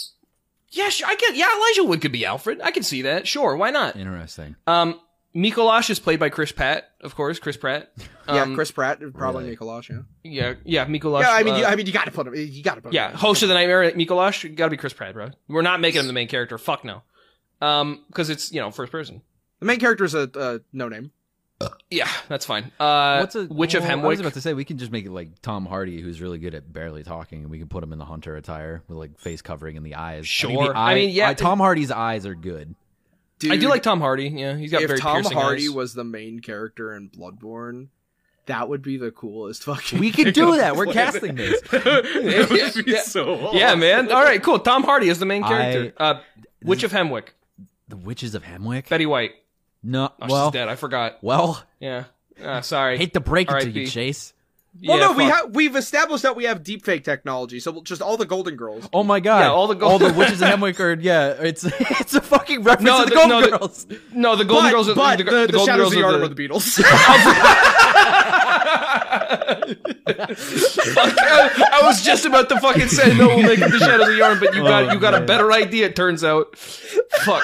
Yeah, sure, I get. Yeah, Elijah Wood could be Alfred. I can see that. Sure, why not? Interesting. Um, Mikolash is played by Chris Pratt, of course. Chris Pratt. Um, yeah, Chris Pratt, probably really? Nicolas. Yeah. Yeah, yeah, Mikolash. yeah, I mean, uh, you, I mean, you got to put him. You got to put him. Yeah, in. host of the Nightmare Mikolash. Got to be Chris Pratt, bro. We're not making him the main character. Fuck no. Um, because it's you know first person. The main character is a uh, no name. Yeah, that's fine. Uh, What's a Witch of well, I was about Hemwick? to say we can just make it like Tom Hardy, who's really good at barely talking, and we can put him in the hunter attire with like face covering and the eyes. I mean, Sure. the I eye- mean, yeah, uh, Tom Hardy's eyes are good. Dude, I do like Tom Hardy. Yeah, he's got if very Tom piercing Hardy eyes. was the main character in Bloodborne, that would be the coolest fucking. We could do that. We're casting this. it would be Yeah. so. Awesome. yeah, man. All right, cool. Tom Hardy is the main I- character. Uh, Witch of Hemwick. The Witches of Hemwick. Betty White. No, Oh, well, she's dead. I forgot. well, Yeah. Uh, sorry. hate to break it to R.I.P.. you, Chase. Well, Yeah, no, we fuck. have we've established that we have deepfake technology, so we'll- just all the Golden Girls. Oh my god! Yeah, all the gold- all the witches of Hemwick are yeah. It's it's a fucking reference No, to the the- Golden no, the- Girls. No, the Golden but, Girls. are- but the, the, Golden Shadows of Girls the are Yard were the Beatles. Fuck, I, I was just about to fucking say no. We'll make it the Shadows of Yarn, but you got you got Oh, a better idea. It turns out. Fuck.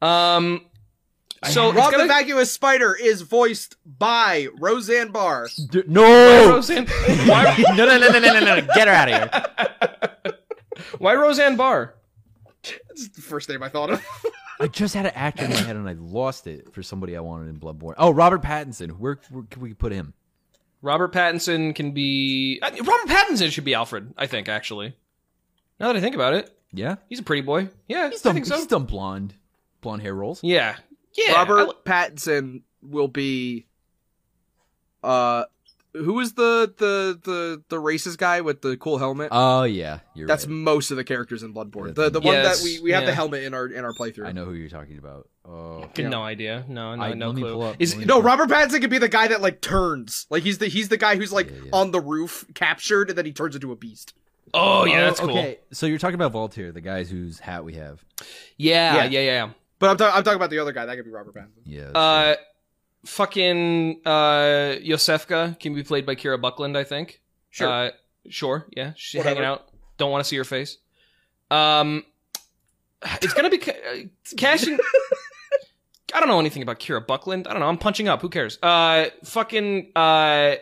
um. So it's Rob gonna- the Vacuous Spider is voiced by Roseanne Barr. D- no. Roseanne, why, no, no, no, no, no, no, no! Get her out of here. why Roseanne Barr? That's the first name I thought of. I just had an actor in my head and I lost it for somebody I wanted in Bloodborne. Oh, Robert Pattinson. Where, where can we put him? Robert Pattinson can be I- Robert Pattinson should be Alfred. I think actually. Now that I think about it, Yeah, he's a pretty boy. Yeah, he's I done, think so. he's done blonde, blonde hair rolls. Yeah, yeah. I Robert li- Pattinson will be. Uh, who is the the the the racist guy with the cool helmet? Oh yeah, you're That's right. most of the characters in Bloodborne. Yeah, The the one Yes, that we we have the yeah. helmet in our in our playthrough. I know who you're talking about. Oh, Good, No idea. No, no, I- no let me clue. pull up- Is let me No, Robert Pattinson could be the guy that like turns. Like he's the he's the guy who's like Yeah, yeah. on the roof captured and then he turns into a beast. oh yeah, that's cool. Okay, so you're talking about Voltaire, the guys whose hat we have. Yeah, Yeah. yeah, yeah. But I'm, talking I'm talking about the other guy. That could be Robert Pattinson. Yeah. yeah. Uh, fucking uh, Yosefka can be played by Kira Buckland, I think. Sure. Uh, sure. Yeah, she's Whatever. hanging out. Don't want to see her face. Um, it's gonna be ca- uh, casting. I don't know anything about Kira Buckland. I don't know. I'm punching up. Who cares? Uh, fucking. Uh,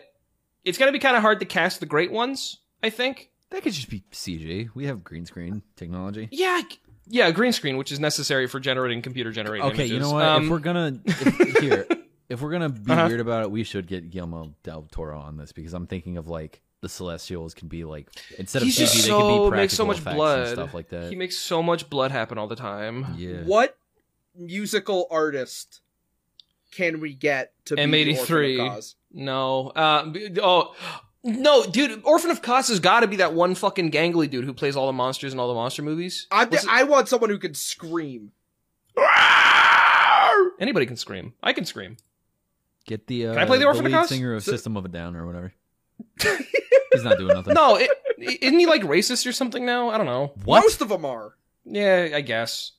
it's gonna be kind of hard to cast the great ones. I think. That could just be CG. We have green screen technology. Yeah. I c- Yeah, green screen, which is necessary for generating computer generated Okay, images. you know what? Um, if we're gonna if, here, if we're gonna be Uh-huh. weird about it, we should get Guillermo del Toro on this because I'm thinking of like the Celestials can be like instead of He's CG, just they so- could be practical makes so much effects blood. and stuff like that. he makes so much blood happen all the time. yeah, What musical artist can we get to be the M83. Orphan of Cause? No. Uh, b- oh. No, dude, Orphan of Kos has got to be that one fucking gangly dude who plays all the monsters in all the monster movies. I, What's I want someone who can scream. Anybody can scream. I can scream. get the uh, Can I play the Orphan of lead Cos? singer of System of a Down or whatever. He's not doing nothing. No, it, isn't he like racist or something now? I don't know. What? Most of them are. Yeah, I guess.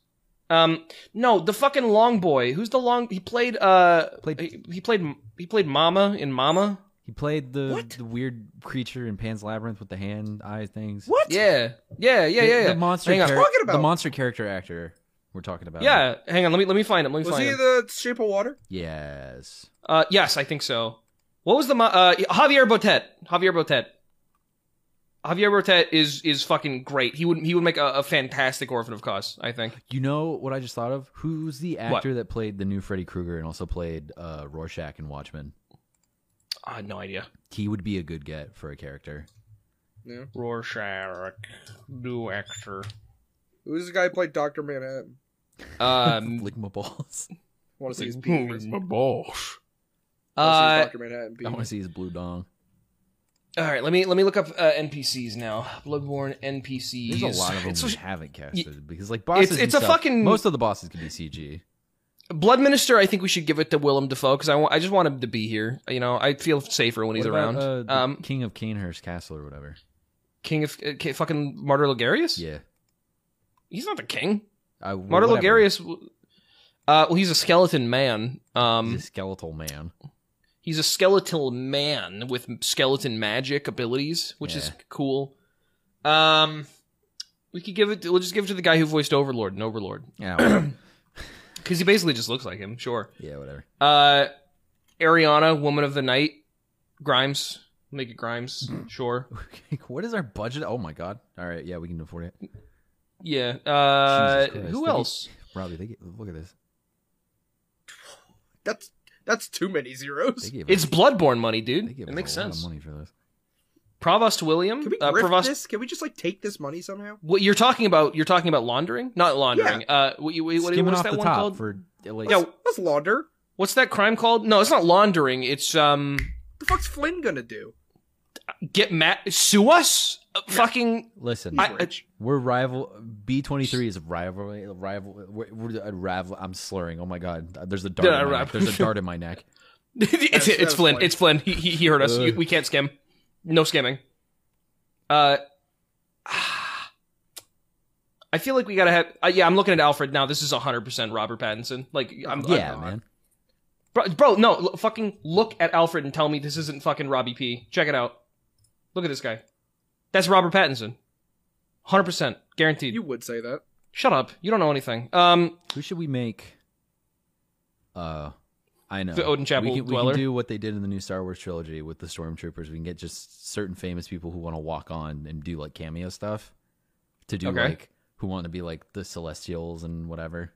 Um, no, the fucking long boy. Who's the long? He played. Uh, Played- He, he played. He played Mama in Mama. He played the, What? the weird creature in Pan's Labyrinth with the hand eye things. What? Yeah, yeah, yeah, The- yeah. yeah. The monster Hang on. char- Talking the about- monster character actor we're talking about. Yeah, hang on. Let me let me find him. Let me Was find he him. the Shape of Water? Yes. Uh, yes, I think so. What was the mo- uh Javier Botet? Javier Botet. Javier Botet is is fucking great. He would he would make a, a fantastic orphan of cause. I think. You know what I just thought of? Who's the actor that played the new Freddy Krueger and also played uh, Rorschach in Watchmen? I had no idea. He would be a good get for a character. Rorschach, new actor. Who's the guy who played Doctor Manhattan? Um, Lick my balls. I want to see his penis. who is my boss? I Uh, wanna see his Doctor Manhattan I want to penis. see his blue dong. all right. Let me let me look up uh, NPCs now. Bloodborne NPCs. There's a lot of them It's we so- haven't casted because like bosses. it's and a stuff, fucking- Most of the bosses can be CG. Blood Minister, I think we should give it to Willem Dafoe because I want, I just want him to be here. You know, I feel safer when he's What about, around. uh, the um, King of Canehurst Castle or whatever. King of uh, K- fucking Martyr Ligarius? Yeah. He's not the king. I, well, Martyr whatever. Ligarius. w- Uh, well, he's a skeleton man. Um, He's a skeletal man. he's a skeletal man with skeleton magic abilities, which is Yeah. cool. Um, we could give it. We'll just give it to the guy who voiced Overlord and Overlord Yeah. Whatever. because he basically just looks like him. Sure. yeah. Whatever. Uh, Ariana, Woman of the Night, Grimes. Make it Grimes. Hmm. Sure. Okay, what is our budget? Oh my god. All right. Yeah, we can afford it. Yeah. Uh, Jesus Christ. who They else? Robbie, they get, look at this. That's that's too many They zeros. gave It's us, Bloodborne money, they dude. gave It us makes a lot of sense. money for this. Provost William. Can we uh, grift Provost. this? Can we just like take this money somehow? What you're talking about? You're talking about laundering, not laundering. Uh, what, you- what, what, Skimming what's off that the one top called? for uh, like, yeah. Let's launder. What's that crime called? No, it's not laundering. It's um, The fuck's Flynn gonna do? get mad, sue us. Uh, fucking. listen, I, uh, we're rival. B twenty three is rivalry. Rival. We're, we're a rival. I'm slurring. Oh my god. Uh, There's a dart. Yeah, in my right. neck. There's a dart in my neck. it's, That's- it's that's Flynn. fine. It's Flynn. He, he, he heard us. Ugh. You- we can't skim. No skimming. Uh, ah. I feel like we gotta have. Uh, yeah, I'm looking at Alfred now. This is 100 percent Robert Pattinson. Like, I'm, yeah, I'm- man. bro, bro. No, look, fucking look at Alfred and tell me this isn't fucking Robbie P. Check it out. Look at this guy. That's Robert Pattinson. 100 percent guaranteed. You would say that. Shut up. You don't know anything. Um, Who should we make? Uh, I know The Odin Chapel We can, we Dweller? can do what they did in the new Star Wars trilogy with the stormtroopers. We can get just certain famous people who want to walk on and do like cameo stuff. To do Okay. like who want to be like the Celestials and whatever.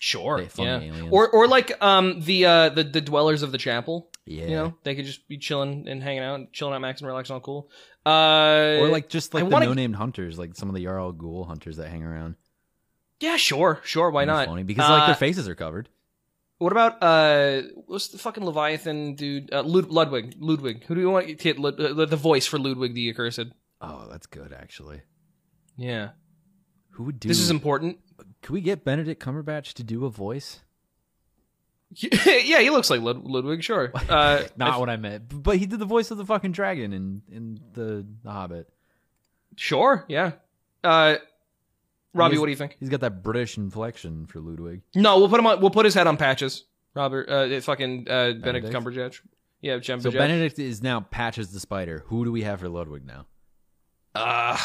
sure. They fund yeah. the aliens. Or or like um the uh the the dwellers of the chapel. Yeah. You know, they could just be chilling and hanging out, and chilling out, Max and relaxing, all cool. Uh, or like just like I the wanna- no named hunters, like some of the Jarl Ghoul hunters that hang around. yeah, sure, sure, why Kinda not? Funny because like Uh, their faces are covered. What about uh, what's the fucking Leviathan dude? Uh, Lud- Ludwig, Ludwig. Who do you want to get Lud- uh, the voice for Ludwig the Accursed? Oh, that's good actually. Yeah, Who would do? this is important. Could we get Benedict Cumberbatch to do a voice? yeah, he looks like Lud- Ludwig. Sure. Uh, Not I- what I meant, b- but he did the voice of the fucking dragon in in the, the Hobbit. sure. Yeah. Uh, Robbie, Yes. what do you think? He's got that British inflection for Ludwig. No, we'll put him on. We'll put his head on patches. Robert, uh, fucking uh, Benedict Benedict? Cumberbatch. Yeah, Jim So Benedict is now Patches the Spider. Who do we have for Ludwig now? Uh,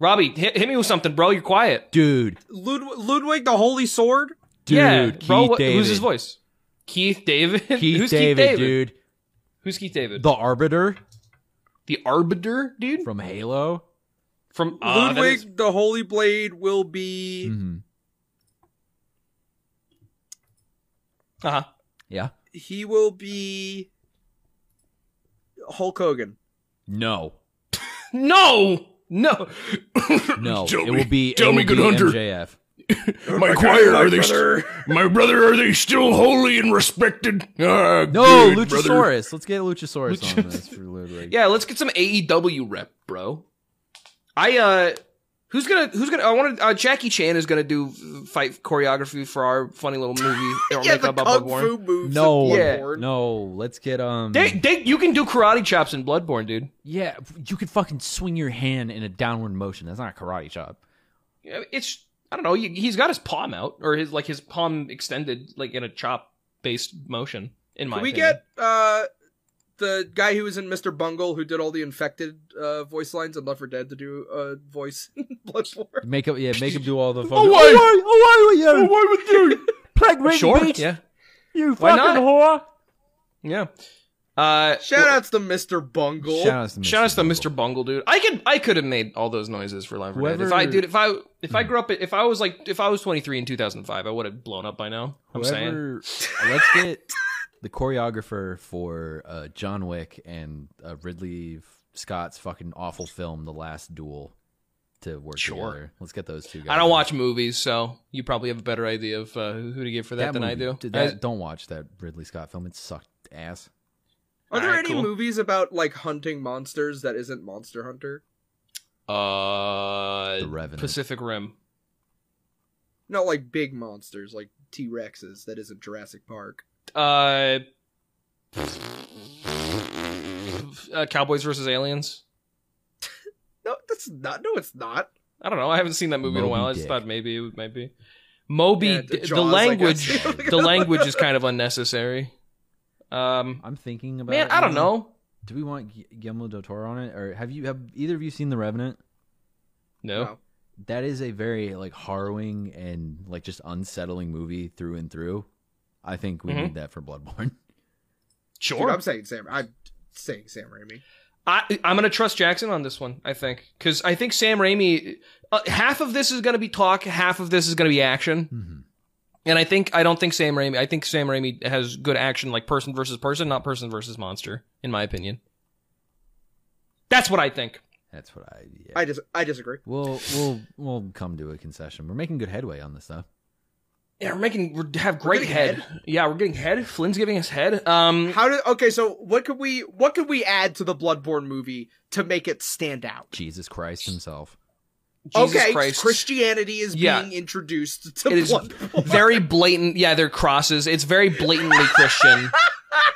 Robbie, hit, hit me with something, bro. You're quiet. Dude, Lud- Ludwig the Holy Sword. Dude, yeah, Keith bro, what- David. who's his voice? Keith David. Keith David, who's Keith David? dude. Who's Keith David? The Arbiter The Arbiter, dude. from Halo. From uh, that Ludwig is- the Holy Blade will be Mhm. uh-huh. Yeah. he will be Hulk Hogan. No. No, no. No. Tell it me- will be, tell it me, will good be hunter. MJF. my choir, are they? Brother. My brother, are they still holy and respected? Ah, No, good, Luchasaurus. brother. Let's get Luchasaurus on Luchas- this for Ludwig. Yeah, let's get some AEW rep, bro. I uh who's going to who's going to I want to uh, Jackie Chan is going to do f- fight choreography for our funny little movie that we're Yeah, making the about kung Bloodborne. fu moves. No, of Yeah. Bloodborne. no. Let's get um. They, they, you can do karate chops in Bloodborne, dude. yeah, you could fucking swing your hand in a downward motion. That's not a karate chop. It's I don't know. he- He's got his palm out or his like his palm extended like in a chop based motion. In my Can we opinion. get uh the guy who was in Mr. Bungle who did all the infected uh, voice lines and Left 4 Dead to do a voice in Bloodborne? Make up, yeah, make him do all the. Oh, why? oh, why, oh, why would you? Plague Ring, sure? Yeah, You Why not? whore. yeah. Uh, Shout outs to Mr. Bungle. Shout out to Mr. Shout out to Bungle. Mr. Bungle, dude. I could I could have made all those noises for Live Whoever... If I Whoever- Hmm. dude, if I if I grew up if I was like if I was 23 in 2005, I would have blown up by now. I'm saying. Whoever, let's get the choreographer for uh, John Wick and uh, Ridley Scott's fucking awful film, The Last Duel, to work Sure. together. Let's get those two guys. I don't watch movies, so you probably have a better idea of uh, who to give for that, than I movie- do. did I- that- don't watch that Ridley Scott film. It sucked ass. Are there Alright, any Ah, cool. movies about like hunting monsters that isn't Monster Hunter? Uh, The Revenant. Pacific Rim. Not like big monsters, like T Rexes that isn't Jurassic Park. Uh, uh, Cowboys versus Aliens. No, that's not. No, it's not. I don't know. I haven't seen that movie in a Moby while. I just Dick. thought maybe it might be Moby. Yeah, Di- the, Jaws, I language, guess. the language is kind of unnecessary. Um, I'm thinking about. man, it I don't now. know. Do we want Gu- Guillermo del Toro on it, or have you have either of you seen The Revenant? No, No. That is a very like harrowing and like just unsettling movie through and through. I think we Mhm. need that for Bloodborne. Dude, sure. I'm saying Sam. I'm saying Sam Raimi. I, I'm gonna trust Jackson on this one. I think because I think Sam Raimi. Uh, half of this is gonna be talk. Half of this is gonna be action. Mhm. And I think I don't think Sam Raimi. I think Sam Raimi has good action, like person versus person, not person versus monster, in my opinion. That's what I think. That's what I. Yeah. I just I disagree. We'll we'll we'll come to a concession. We're making good headway on this stuff. Yeah, we're making we have great getting head. Yeah, we're getting head. Flynn's giving us head. Um, How did okay? So what could we what could we add to the Bloodborne movie to make it stand out? Jesus Christ himself. Jesus okay, Christ. Christianity is Yeah. being introduced to It is Bloodborne. very blatant. Yeah, they're crosses. It's very blatantly Christian.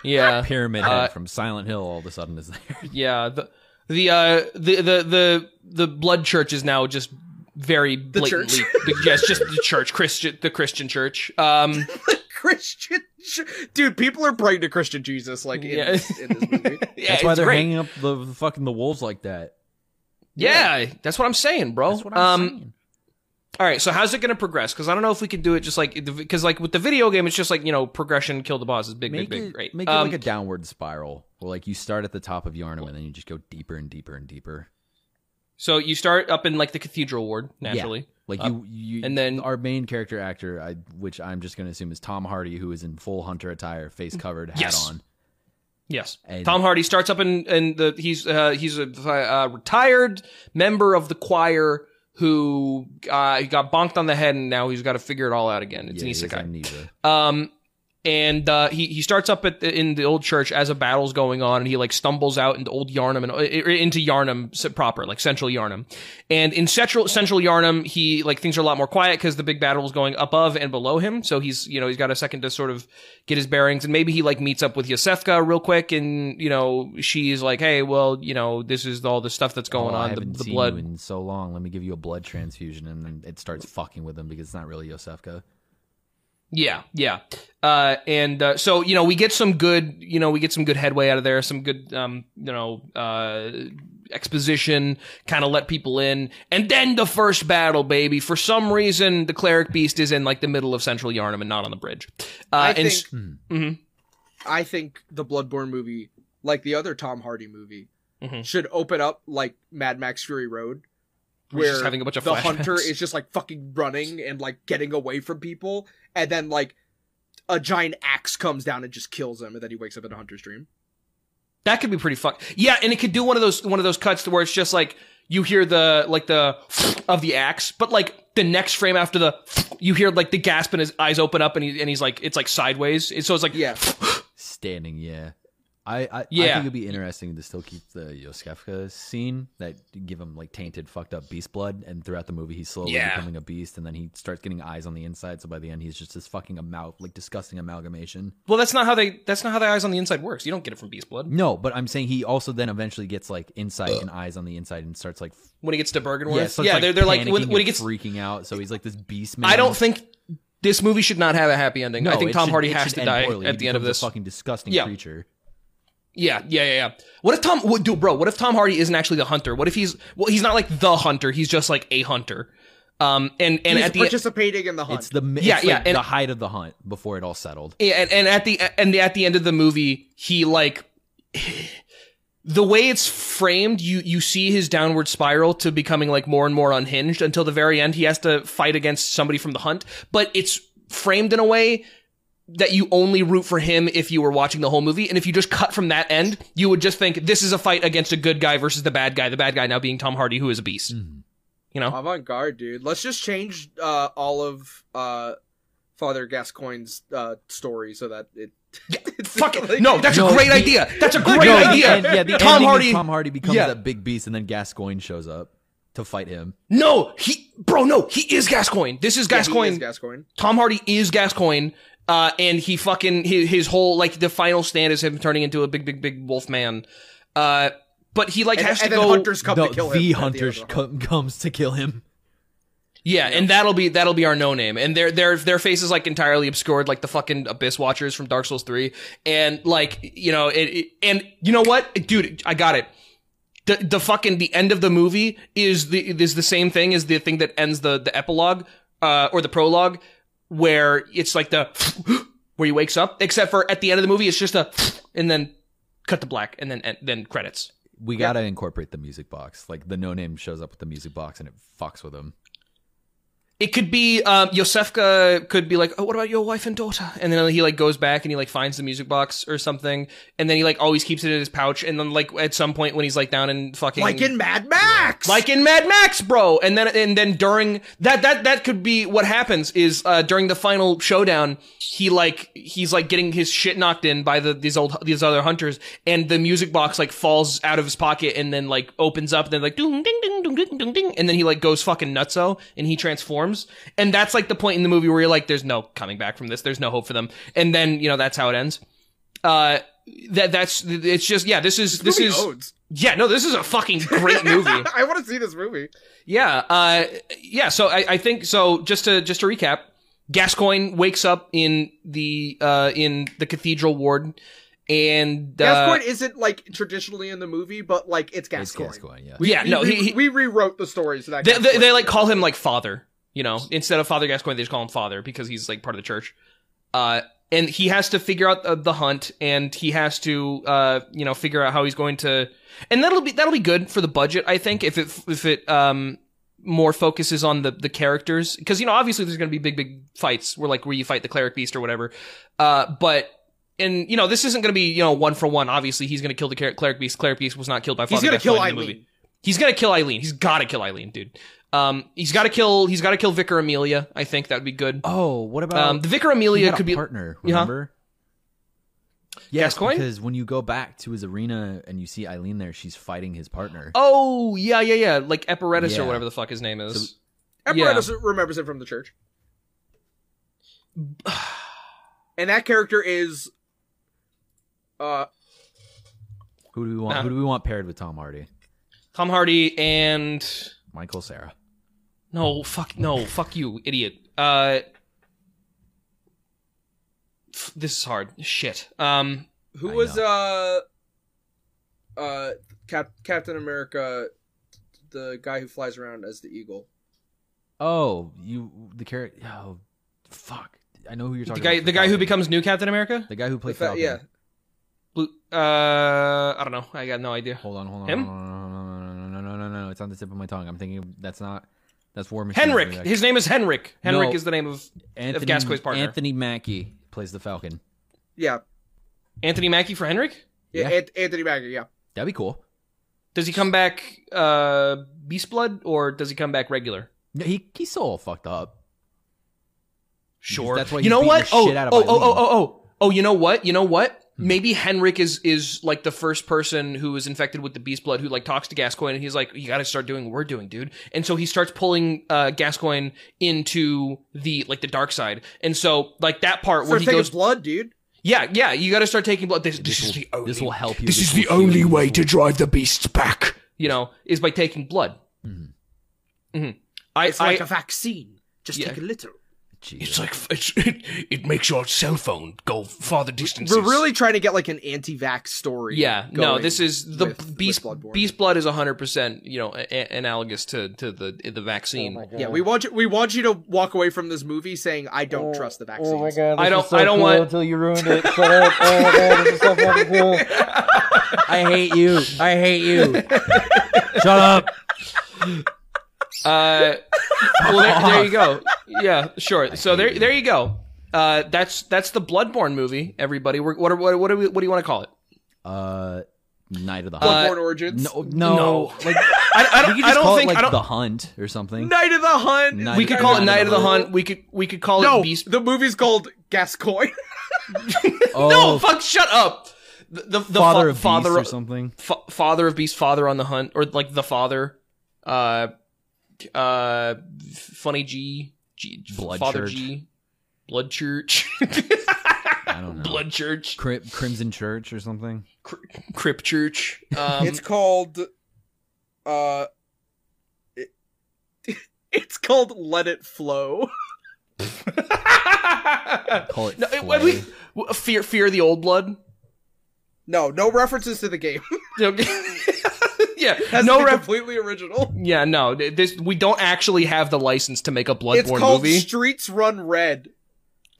Yeah, Pyramid Uh, Head from Silent Hill all of a sudden is there. yeah. The the uh, the the the the blood church is now just very blatantly. church. the- yes, just the church, Christian, the Christian church. Um, Christian, ch- dude, people are praying to Christian Jesus like in, Yeah. Uh, this, in this movie. yeah, That's why it's they're great. hanging up the, the fucking the wolves like that. Yeah, that's what I'm saying, bro. That's what I'm um, saying. All right, so how's it going to progress? Because I don't know if we can do it just like because like with the video game, it's just like you know progression, kill the bosses, big, Make, big, it, big, great. make Um, it like a downward spiral. Where like you start at the top of Yarnum and then you just go deeper and deeper and deeper. so you start up in like the cathedral ward naturally. Like Uh, you, you, and then- our main character actor, I, which I'm just going to assume is Tom Hardy, who is in full hunter attire, face covered, hat Yes. on. Yes, And- Tom Hardy starts up in in the he's uh, he's a uh, retired member of the choir who uh, got bonked on the head and now he's got to figure it all out again. It's Yeah, an he has isekai. amnesia. Um, and uh, he he starts up at the, in the old church as a battle's going on, and he like stumbles out into old Yarnum and uh, into Yarnum s- proper, like central Yarnum. And in central central Yarnum, he like things are a lot more quiet because the big battle is going above and below him. So he's you know he's got a second to sort of get his bearings, and maybe he like meets up with Yosefka real quick, and you know she's like, hey, well, you know this is all the stuff that's going Oh, I on, the, haven't the seen blood. you in so long. Let me give you a blood transfusion, and then it starts fucking with him because it's not really Yosefka. Yeah, yeah. Uh, and uh, so you know, we get some good, you know, we get some good headway out of there. Some good, um, you know, uh, exposition, kind of let people in, and then the first battle, baby. For some reason, the cleric beast is in like the middle of central Yarnum and not on the bridge. Uh, I and think s- mhm. I think the Bloodborne movie, like the other Tom Hardy movie, Mhm. should open up like Mad Max Fury Road, We're just having a bunch of the hunter flashbacks. is just like fucking running and like getting away from people, and then like a giant axe comes down and just kills him, and then he wakes up in a hunter's dream. That could be pretty fun. Yeah, and it could do one of those one of those cuts to where it's just like you hear the like the of the axe, but like the next frame after the you hear like the gasp and his eyes open up and he and he's like it's like sideways. It's- So it's like Yeah, standing. Yeah, I I, I Yeah. think it'd be interesting to still keep the Yoskefka scene that give him like tainted, fucked up beast blood, and throughout the movie he's slowly Yeah. becoming a beast, and then he starts getting eyes on the inside. So by the end, he's just this fucking amal like disgusting amalgamation. well that's not how they that's not how the eyes on the inside works. You don't get it from beast blood No, but I'm saying he also then eventually gets like insight and eyes on the inside and starts like f- when he gets to Bergenworth. yeah, Yeah, starts, they're they're like panicking when, when and he gets. freaking out. So he's like this beast man. I don't think this movie should not have a happy ending. No, I think it Tom should- Hardy it has should to end die poorly. He at the end of becomes this. a fucking disgusting Yeah. creature. Yeah, yeah, yeah, yeah. What if Tom, what, dude, bro? What if Tom Hardy isn't actually the hunter? What if he's well, he's not like the hunter. He's just like a hunter. Um, and and he's at the participating in the hunt. It's the mi- Yeah, it's yeah, like and- the height of the hunt before it all settled. Yeah, and, and at the and at the end of the movie, he like the way it's framed, you you see his downward spiral to becoming like more and more unhinged until the very end. He has to fight against somebody from the hunt, but it's framed in a way that you only root for him if you were watching the whole movie. And if you just cut from that end, you would just think this is a fight against a good guy versus the bad guy. The bad guy now being Tom Hardy, who is a beast. You know, avant garde, dude. Let's just change uh, all of uh, Father Gascoigne's uh, story so that it. it's fuck like- it. No, that's No, a great the- idea. That's a great No, the idea. end- yeah, the Tom ending is Hardy. Tom Hardy becomes Yeah. that big beast, and then Gascoigne shows up to fight him. No, he, bro, no, he is Gascoigne. This is Yeah, he is Gascoigne. Gascoigne. Tom Hardy is Gascoigne. Uh, and he fucking, his, his whole, like, the final stand is him turning into a big, big, big wolf man. Uh, but he, like, And, has and to then go. hunters come No, to kill him. the at end hunter of the hunt. com- comes to kill him. yeah, and that'll be, that'll be our no name. And their, their, their face is, like, entirely obscured, like the fucking Abyss Watchers from Dark Souls 3. And, like, you know, it, it and you know what? Dude, I got it. the the fucking the end of the movie is the is the same thing as the thing that ends the the epilogue uh or the prologue where it's like the where he wakes up except for at the end of the movie it's just a and then cut to black and then and then credits We gotta incorporate the music box. Like the no name shows up with the music box, and it fucks with him. it could be um Yosefka could be like oh what about your wife and daughter and then he like goes back and he like finds the music box or something and then he like always keeps it in his pouch and then like at some point when he's like down in fucking Like in Mad Max. like in Mad Max, bro. And then and then during that that that could be what happens is uh, during the final showdown, he like he's like getting his shit knocked in by the these old these other hunters, and the music box like falls out of his pocket and then like opens up and then like ding ding ding ding ding ding ding, and then he like goes fucking nutso and he transforms, and that's like the point in the movie where you're like, there's no coming back from this, there's no hope for them, and then you know that's how it ends. Uh, that that's it's just yeah this is this, Movie is owns. yeah no this is a fucking great movie I want to see this movie. yeah, uh, yeah. So I, I think so. Just to just to recap, Gascoigne wakes up in the uh, in the cathedral ward, and uh, Gascoigne isn't like traditionally in the movie, but like it's Gascoigne. It's Gascoigne, yeah. yeah, We, no, we, he, he, we rewrote the story so that they, they, Gascoigne- they like call him like father. You know, instead of Father Gascoigne, they just call him father because he's like part of the church. Uh, and he has to figure out the, the hunt, and he has to uh, you know, figure out how he's going to, and that'll be that'll be good for the budget, I think, if it if it um more focuses on the the characters because you know obviously there's going to be big big fights where like where you fight the cleric beast or whatever uh but and you know this isn't going to be you know one for one obviously he's going to kill the cleric, cleric beast cleric beast was not killed by he's Father gonna kill Gascoigne in the movie. Eileen. He's gonna kill Eileen. He's gotta kill Eileen, dude. Um, he's gotta kill. He's gotta kill Vicar Amelia. I think that would be good. Oh, what about Um, the Vicar he Amelia had a could be. partner? Yeah. Remember? Yes, Gascoigne? because when you go back to his arena and you see Eileen there, she's fighting his partner. Oh yeah, yeah, yeah. Like Epiretus Yeah. or whatever the fuck his name is. Apparatus remembers him from the church. and that character is uh Who do we want? Nah. Who do we want paired with Tom Hardy? Tom Hardy and Michael Sarah. no fuck no fuck you idiot. Uh, f- this is hard. Shit. Um, who I was know. uh uh, Cap- Captain America, the guy who flies around as the eagle. Oh, you the character. Oh, fuck! I know who you're The talking. guy, about. the guy who Falcon. becomes new Captain America. the guy who played The fa- Falcon. yeah. Blue, uh, I don't know. I got no idea. Hold on, hold on. Him? hold on, hold on, hold on, No, no, no, no, no. It's on the tip of my tongue. I'm thinking that's not. That's War Machine. Henrik. Like- His name is Henrik. Henrik No. is the name of Anthony, Gascoigne's partner. Anthony Mackie plays the Falcon. Yeah. Anthony Mackie for Henrik. Yeah. Yeah. Ant- Anthony Mackie. Yeah. That'd be cool. Does he come back uh, Beast Blood or does he come back regular? Yeah, he he's so all fucked up. Sure. That's why you he's know beating what? the Oh, shit out of Hmm. oh, oh, Eileen. oh, oh, oh, oh. You know what? You know what? Maybe Henrik is is like the first person who is infected with the beast blood who like talks to Gascoigne and he's like, "You got to start doing what we're doing, dude." And so he starts pulling uh Gascoigne into the like the dark side. And so like that part where Start he taking goes, blood, dude. "Yeah, yeah, you got to start taking blood." This, this, is the will, only, this will help you. This is will the heal only you. way to drive the beasts back. you know is by taking blood. Mhm. Mhm. I, It's like I- a vaccine. Just Yeah. take a little. Jesus. It's like it's, it, it makes your cell phone go farther distances. We're really trying to get like an anti-vax story. Yeah, no, going this is the with- with beast. Bloodborne. beast blood is hundred percent, you know, a- a- analogous to to the the vaccine. Oh Yeah, we want you. We want you to walk away from this movie saying, "I don't trust the vaccines." I don't, I don't want. until you ruined it. Shut up. Oh my god, this is so fucking cool. I hate you. I hate you. Shut up. Uh, well, there, there you go. Yeah, sure. So there, there you go. Uh, that's that's the Bloodborne movie. Everybody, We're, what are, what what, do we, what do you want to call it? Uh, Night of the Hunt. Uh, Bloodborne Origins. no, no, Like, I, I we don't, could I just don't call think it like I don't. the Hunt or something. Night of the Hunt. Night we of could the call it Hunt. Night of the Hunt. We could we could call No, it Beast. the movie's called Gascoigne. Oh, No, fuck, shut up. The the, the Father fa- of father Beasts or something. fa- father of beast father on the hunt or like the father uh uh funny g g Blood father Church. g blood church I don't know. blood church Cri- Crimson Church or something. Cri crip church um it's called. Uh, It's called Let It Flow. Call it. no, it- Flay. we, w- fear fear the old blood no, no references to the game. No- yeah That's no ref- completely original. yeah no th- this we don't actually have the license to make a bloodborne it's called movie Streets Run Red.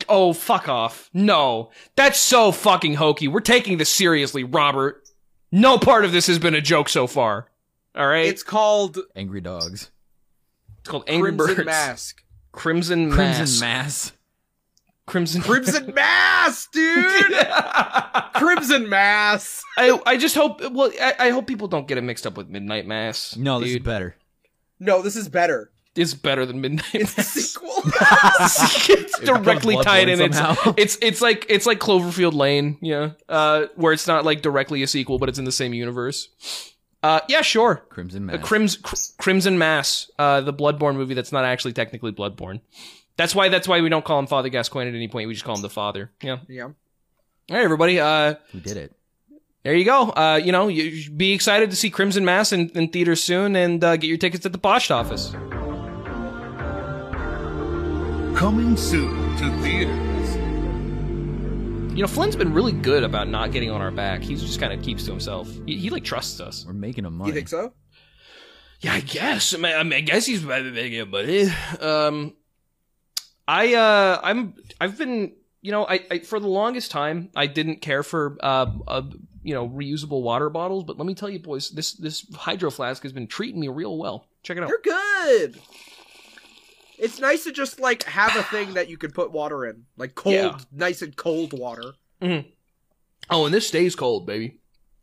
oh fuck off no that's so fucking hokey we're taking this seriously robert no part of this has been a joke so far all right It's called Angry Dogs. It's called Angry Crimson Birds. Mask. Crimson Mass. Crimson Mass. Crimson. Crimson Mass, dude. Crimson Mass. I I just hope. Well, I, I hope people don't get it mixed up with Midnight Mass. No, this dude. is better. No, this is better. it's better than Midnight It's a Mass. sequel. it's directly becomes tied Bloodborne in. It's, somehow. it's it's like it's like Cloverfield Lane, yeah. Uh, where it's not like directly a sequel, but it's in the same universe. Uh, yeah, sure. Crimson A Mass. Crimson Uh, Cr- Crimson Mass, uh, the Bloodborne movie that's not actually technically Bloodborne. That's why that's why we don't call him Father Gascoigne at any point. We just call him the Father. Yeah. Yeah. All right, everybody. Uh, we did it. there you go. Uh, you know, you, you be excited to see Crimson Mass in, in theaters soon, and uh, get your tickets at the post office. Coming soon to theaters. You know, Flynn's been really good about not getting on our back. He just kind of keeps to himself. He, he like trusts us. We're making a money. you think so? Yeah, I guess. I mean, I, mean, I guess he's my big buddy. Um, I uh, I'm I've been you know I, I for the longest time I didn't care for uh, uh you know reusable water bottles, but let me tell you, boys, this this hydro flask has been treating me real well. Check it out. They're good. It's nice to just like have a thing that you can put water in, like cold, Yeah. nice and cold water. Oh, and this stays cold, baby.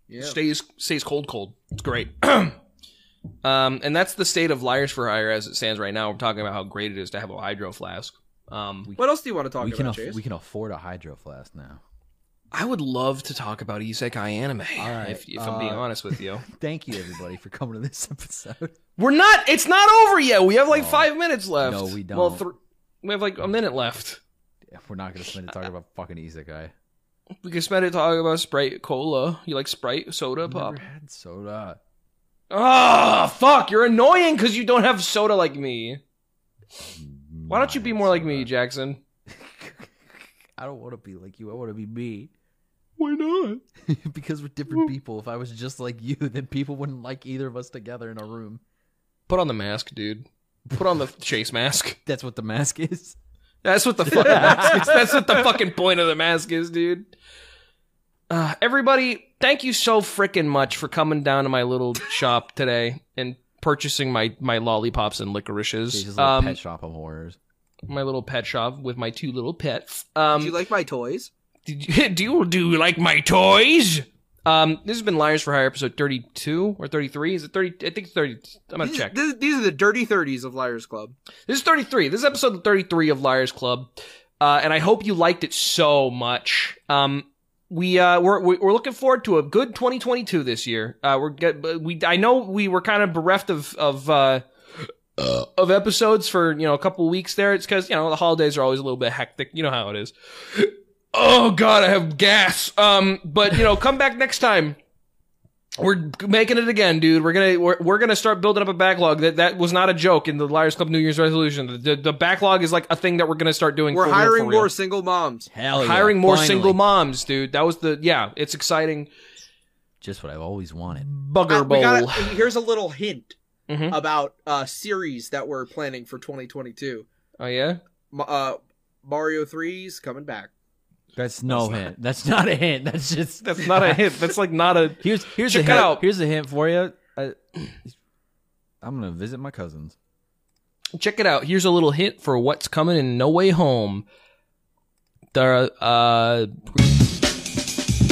Yeah. stays stays cold cold it's great um and that's the state of liars for hire as it stands right now we're talking about how great it is to have a hydro flask um What else do you want to talk we can about, aff- Chase? we can afford a hydro flask now. i would love to talk about isekai anime right, if, if i'm uh, being honest with you Thank you everybody for coming to this episode. we're not it's not over yet we have like No. five minutes left No, we don't. well thr- we have like a minute left We're not going to spend it talking about fucking isekai. we can spend it talking about sprite cola you like sprite soda I've pop never had soda. Ah, fuck you're annoying because you don't have soda like me why don't Not you be had more like soda. me jackson I don't want to be like you. I want to be me. Why not? because we're different people. If I was just like you, then people wouldn't like either of us together in a room. Put on the mask, dude. Put on the chase mask. That's what the mask is. That's what the fucking mask is. That's what the fucking point of the mask is, dude. Uh, everybody, thank you so frickin' much for coming down to my little shop today and purchasing my my lollipops and It's just licorices. a little Um, pet shop of horrors. my little pet shop with my two little pets. Do Um, you like my toys? Did you, do you do you like my toys? Um, this has been Liars for Hire episode thirty-two or thirty-three. Is it thirty? I think it's thirty. I'm gonna These- check. These, these are the dirty thirties of Liars Club. This is thirty-three. This is episode thirty-three of Liars Club, uh, and I hope you liked it so much. Um, we uh, we're we're we're looking forward to a good 2022 this year. Uh, we're get, but we I know we were kind of bereft of of. Uh, of episodes for you know a couple weeks there it's because you know the holidays are always a little bit hectic you know how it is oh god i have gas um but you know come back next time we're making it again dude we're gonna we're, we're gonna start building up a backlog that that was not a joke in the liars club new year's resolution the, the, the backlog is like a thing that we're gonna start doing We're for real, hiring for real. more single moms. Hell Oh, yeah, hiring more finally. single moms dude that was the yeah it's exciting Just what I've always wanted. bugger Uh, we bowl gotta- here's a little hint Mhm. about uh series that we're planning for 2022. oh yeah Ma- Uh, Mario 3's coming back. That's no hint. That's not a hint. That's just that's not a hint that's like not a Here's here's Check a it hint. out. Here's a hint for you. I, I'm gonna visit my cousins. check it out. Here's a little hint for what's coming in No Way Home. The uh,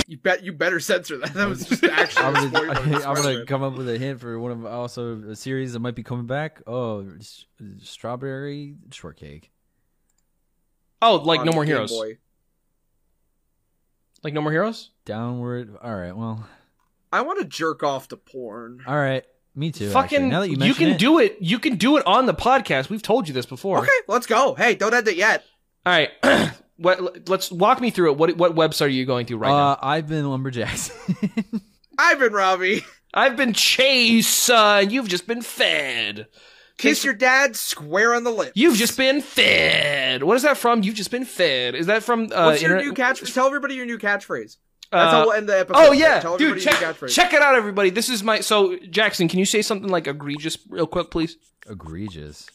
You bet. You better censor that. That was just actually. I'm a gonna, spoiler. I'm Sorry, gonna man. come up with a hint for one of also a series that might be coming back. Oh, s- strawberry shortcake. oh, like On No More Game Heroes. Boy. Like No More Heroes. Downward. All right. Well. I want to jerk off to porn. All right. Me too. Fucking, actually. Now that you, you, mention can it, do it. You can do it on the podcast. We've told you this before. Okay, let's go. Hey, don't end it yet. All right. what, let's walk me through it. What what website are you going through right now? uh, I've been lumberjacks. I've been Robbie. I've been chased, uh, and you've just been fed. Kiss your dad square on the lip. You've just been fed. What is that from? You've just been fed. Is that from? Uh, What's your internet- new catchphrase? Tell everybody your new catchphrase. uh, That's how we'll end the episode. Oh yeah, Tell dude, everybody check, your catchphrase. check it out, everybody. This is my so Jackson. Can you say something like egregious real quick, please? Egregious.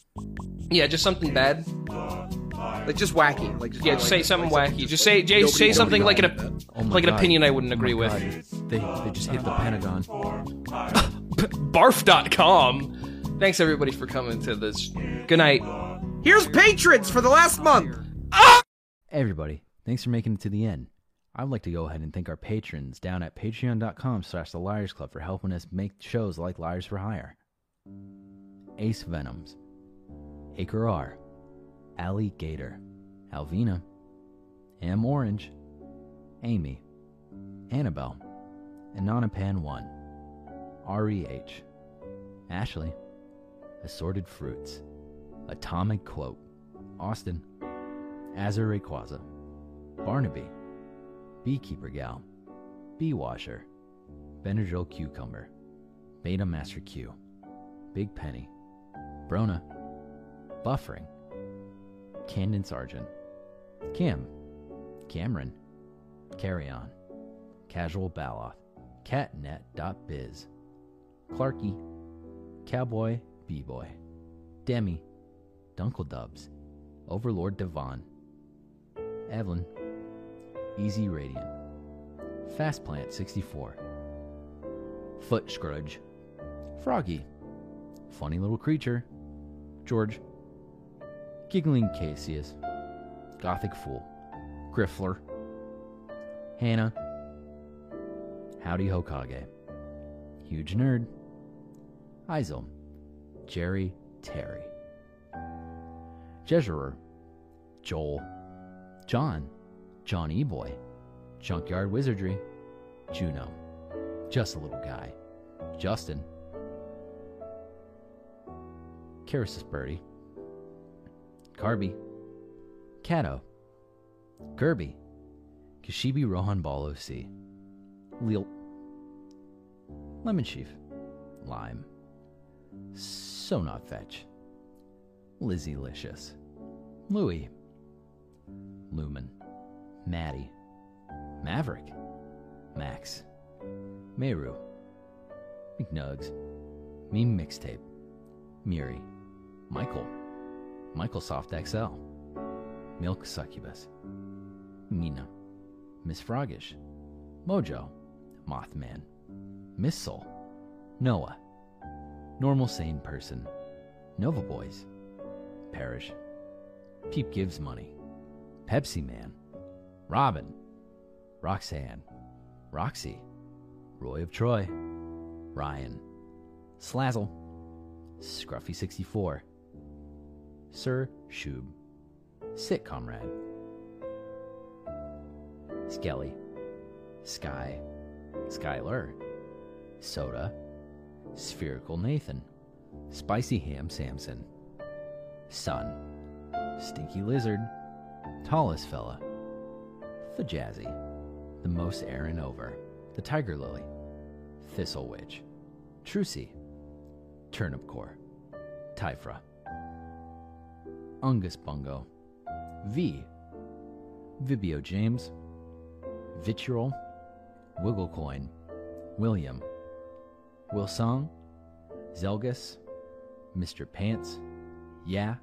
Yeah, just something bad. Like just wacky. Like just Yeah, just say like- something like wacky. Just say, Jay, nobody- say something like nobody an wanted Oh my like an God. opinion I wouldn't agree Oh with. my God. They they just hit the Pentagon. Barf.com. Thanks everybody for coming to this. Good night. that. Here's patrons for the last month. Everybody, thanks for making it to the end. I would like to go ahead and thank our patrons down at patreon.com slash the Liars Club for helping us make shows like Liars for Hire. Ace Venoms, Acre R, Allie Gator, Alvina, M Orange, Amy, Annabelle, Ananapan 1, REH, E Ashley, Assorted Fruits, Atomic Cloak, Austin, Azariquaza, Barnaby, Beekeeper Gal, Bee Washer, Benadryl Cucumber, Beta Master Q, Big Penny, Brona, Buffering, Candon Sargent, Kim, Cameron, Carrion, Casual Baloth, Catnet.biz, Clarky, Cowboy B-Boy, Demi, Dunkle Dubs, Overlord Devon, Evelyn, Easy Radiant, Fast Plant 64, Foot Scrudge, Froggy, Funny Little Creature, George, Giggling Caseus, Gothic Fool, Griffler, Hannah, Howdy Hokage, Huge Nerd, Isel, Jerry Terry. Jesurer, Joel, John, John E. Boy, Junkyard Wizardry, Juno, Just a Little Guy, Justin, Carisus Birdie, Carby, Cato, Kirby, Kashibi Rohan Ball OC, Leal, Lemon Chief, Lime, So Not Fetch, Lizzie Licious, Louie, Lumen, Maddie, Maverick, Max, Meru, McNugs, Meme Mixtape, Miri, Michael, Microsoft XL, Milk Succubus, Mina, Miss Froggish, Mojo, Mothman, Miss Soul, Noah, Normal Sane Person, Nova Boys, Parish, Peep Gives Money, Pepsi Man, Robin, Roxanne, Roxy, Roy of Troy, Ryan, Slazzle, Scruffy64, Sir Shub, Sit Comrade, Skelly, Sky, Skylar, Soda, Spherical Nathan, Spicy Ham Samson, Sun, Stinky Lizard, Tallest Fella, The Jazzy, The Most Aaron Over, The Tiger Lily, Thistle Witch, Trucy, Turnip Core, Typhra, Ungus Bungo, V, Vibio James, Vitriol, Wigglecoin, William, Wilsong, Zelgus, Mr. Pants, Yeah,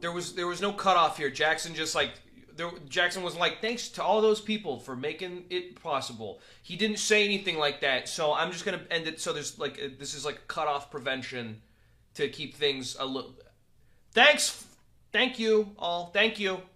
There was there was no cutoff here. Jackson just like there, Jackson was like, thanks to all those people for making it possible. He didn't say anything like that, so I'm just gonna end it. So there's like uh, this is like cutoff prevention to keep things a little. Thanks, thank you all, thank you.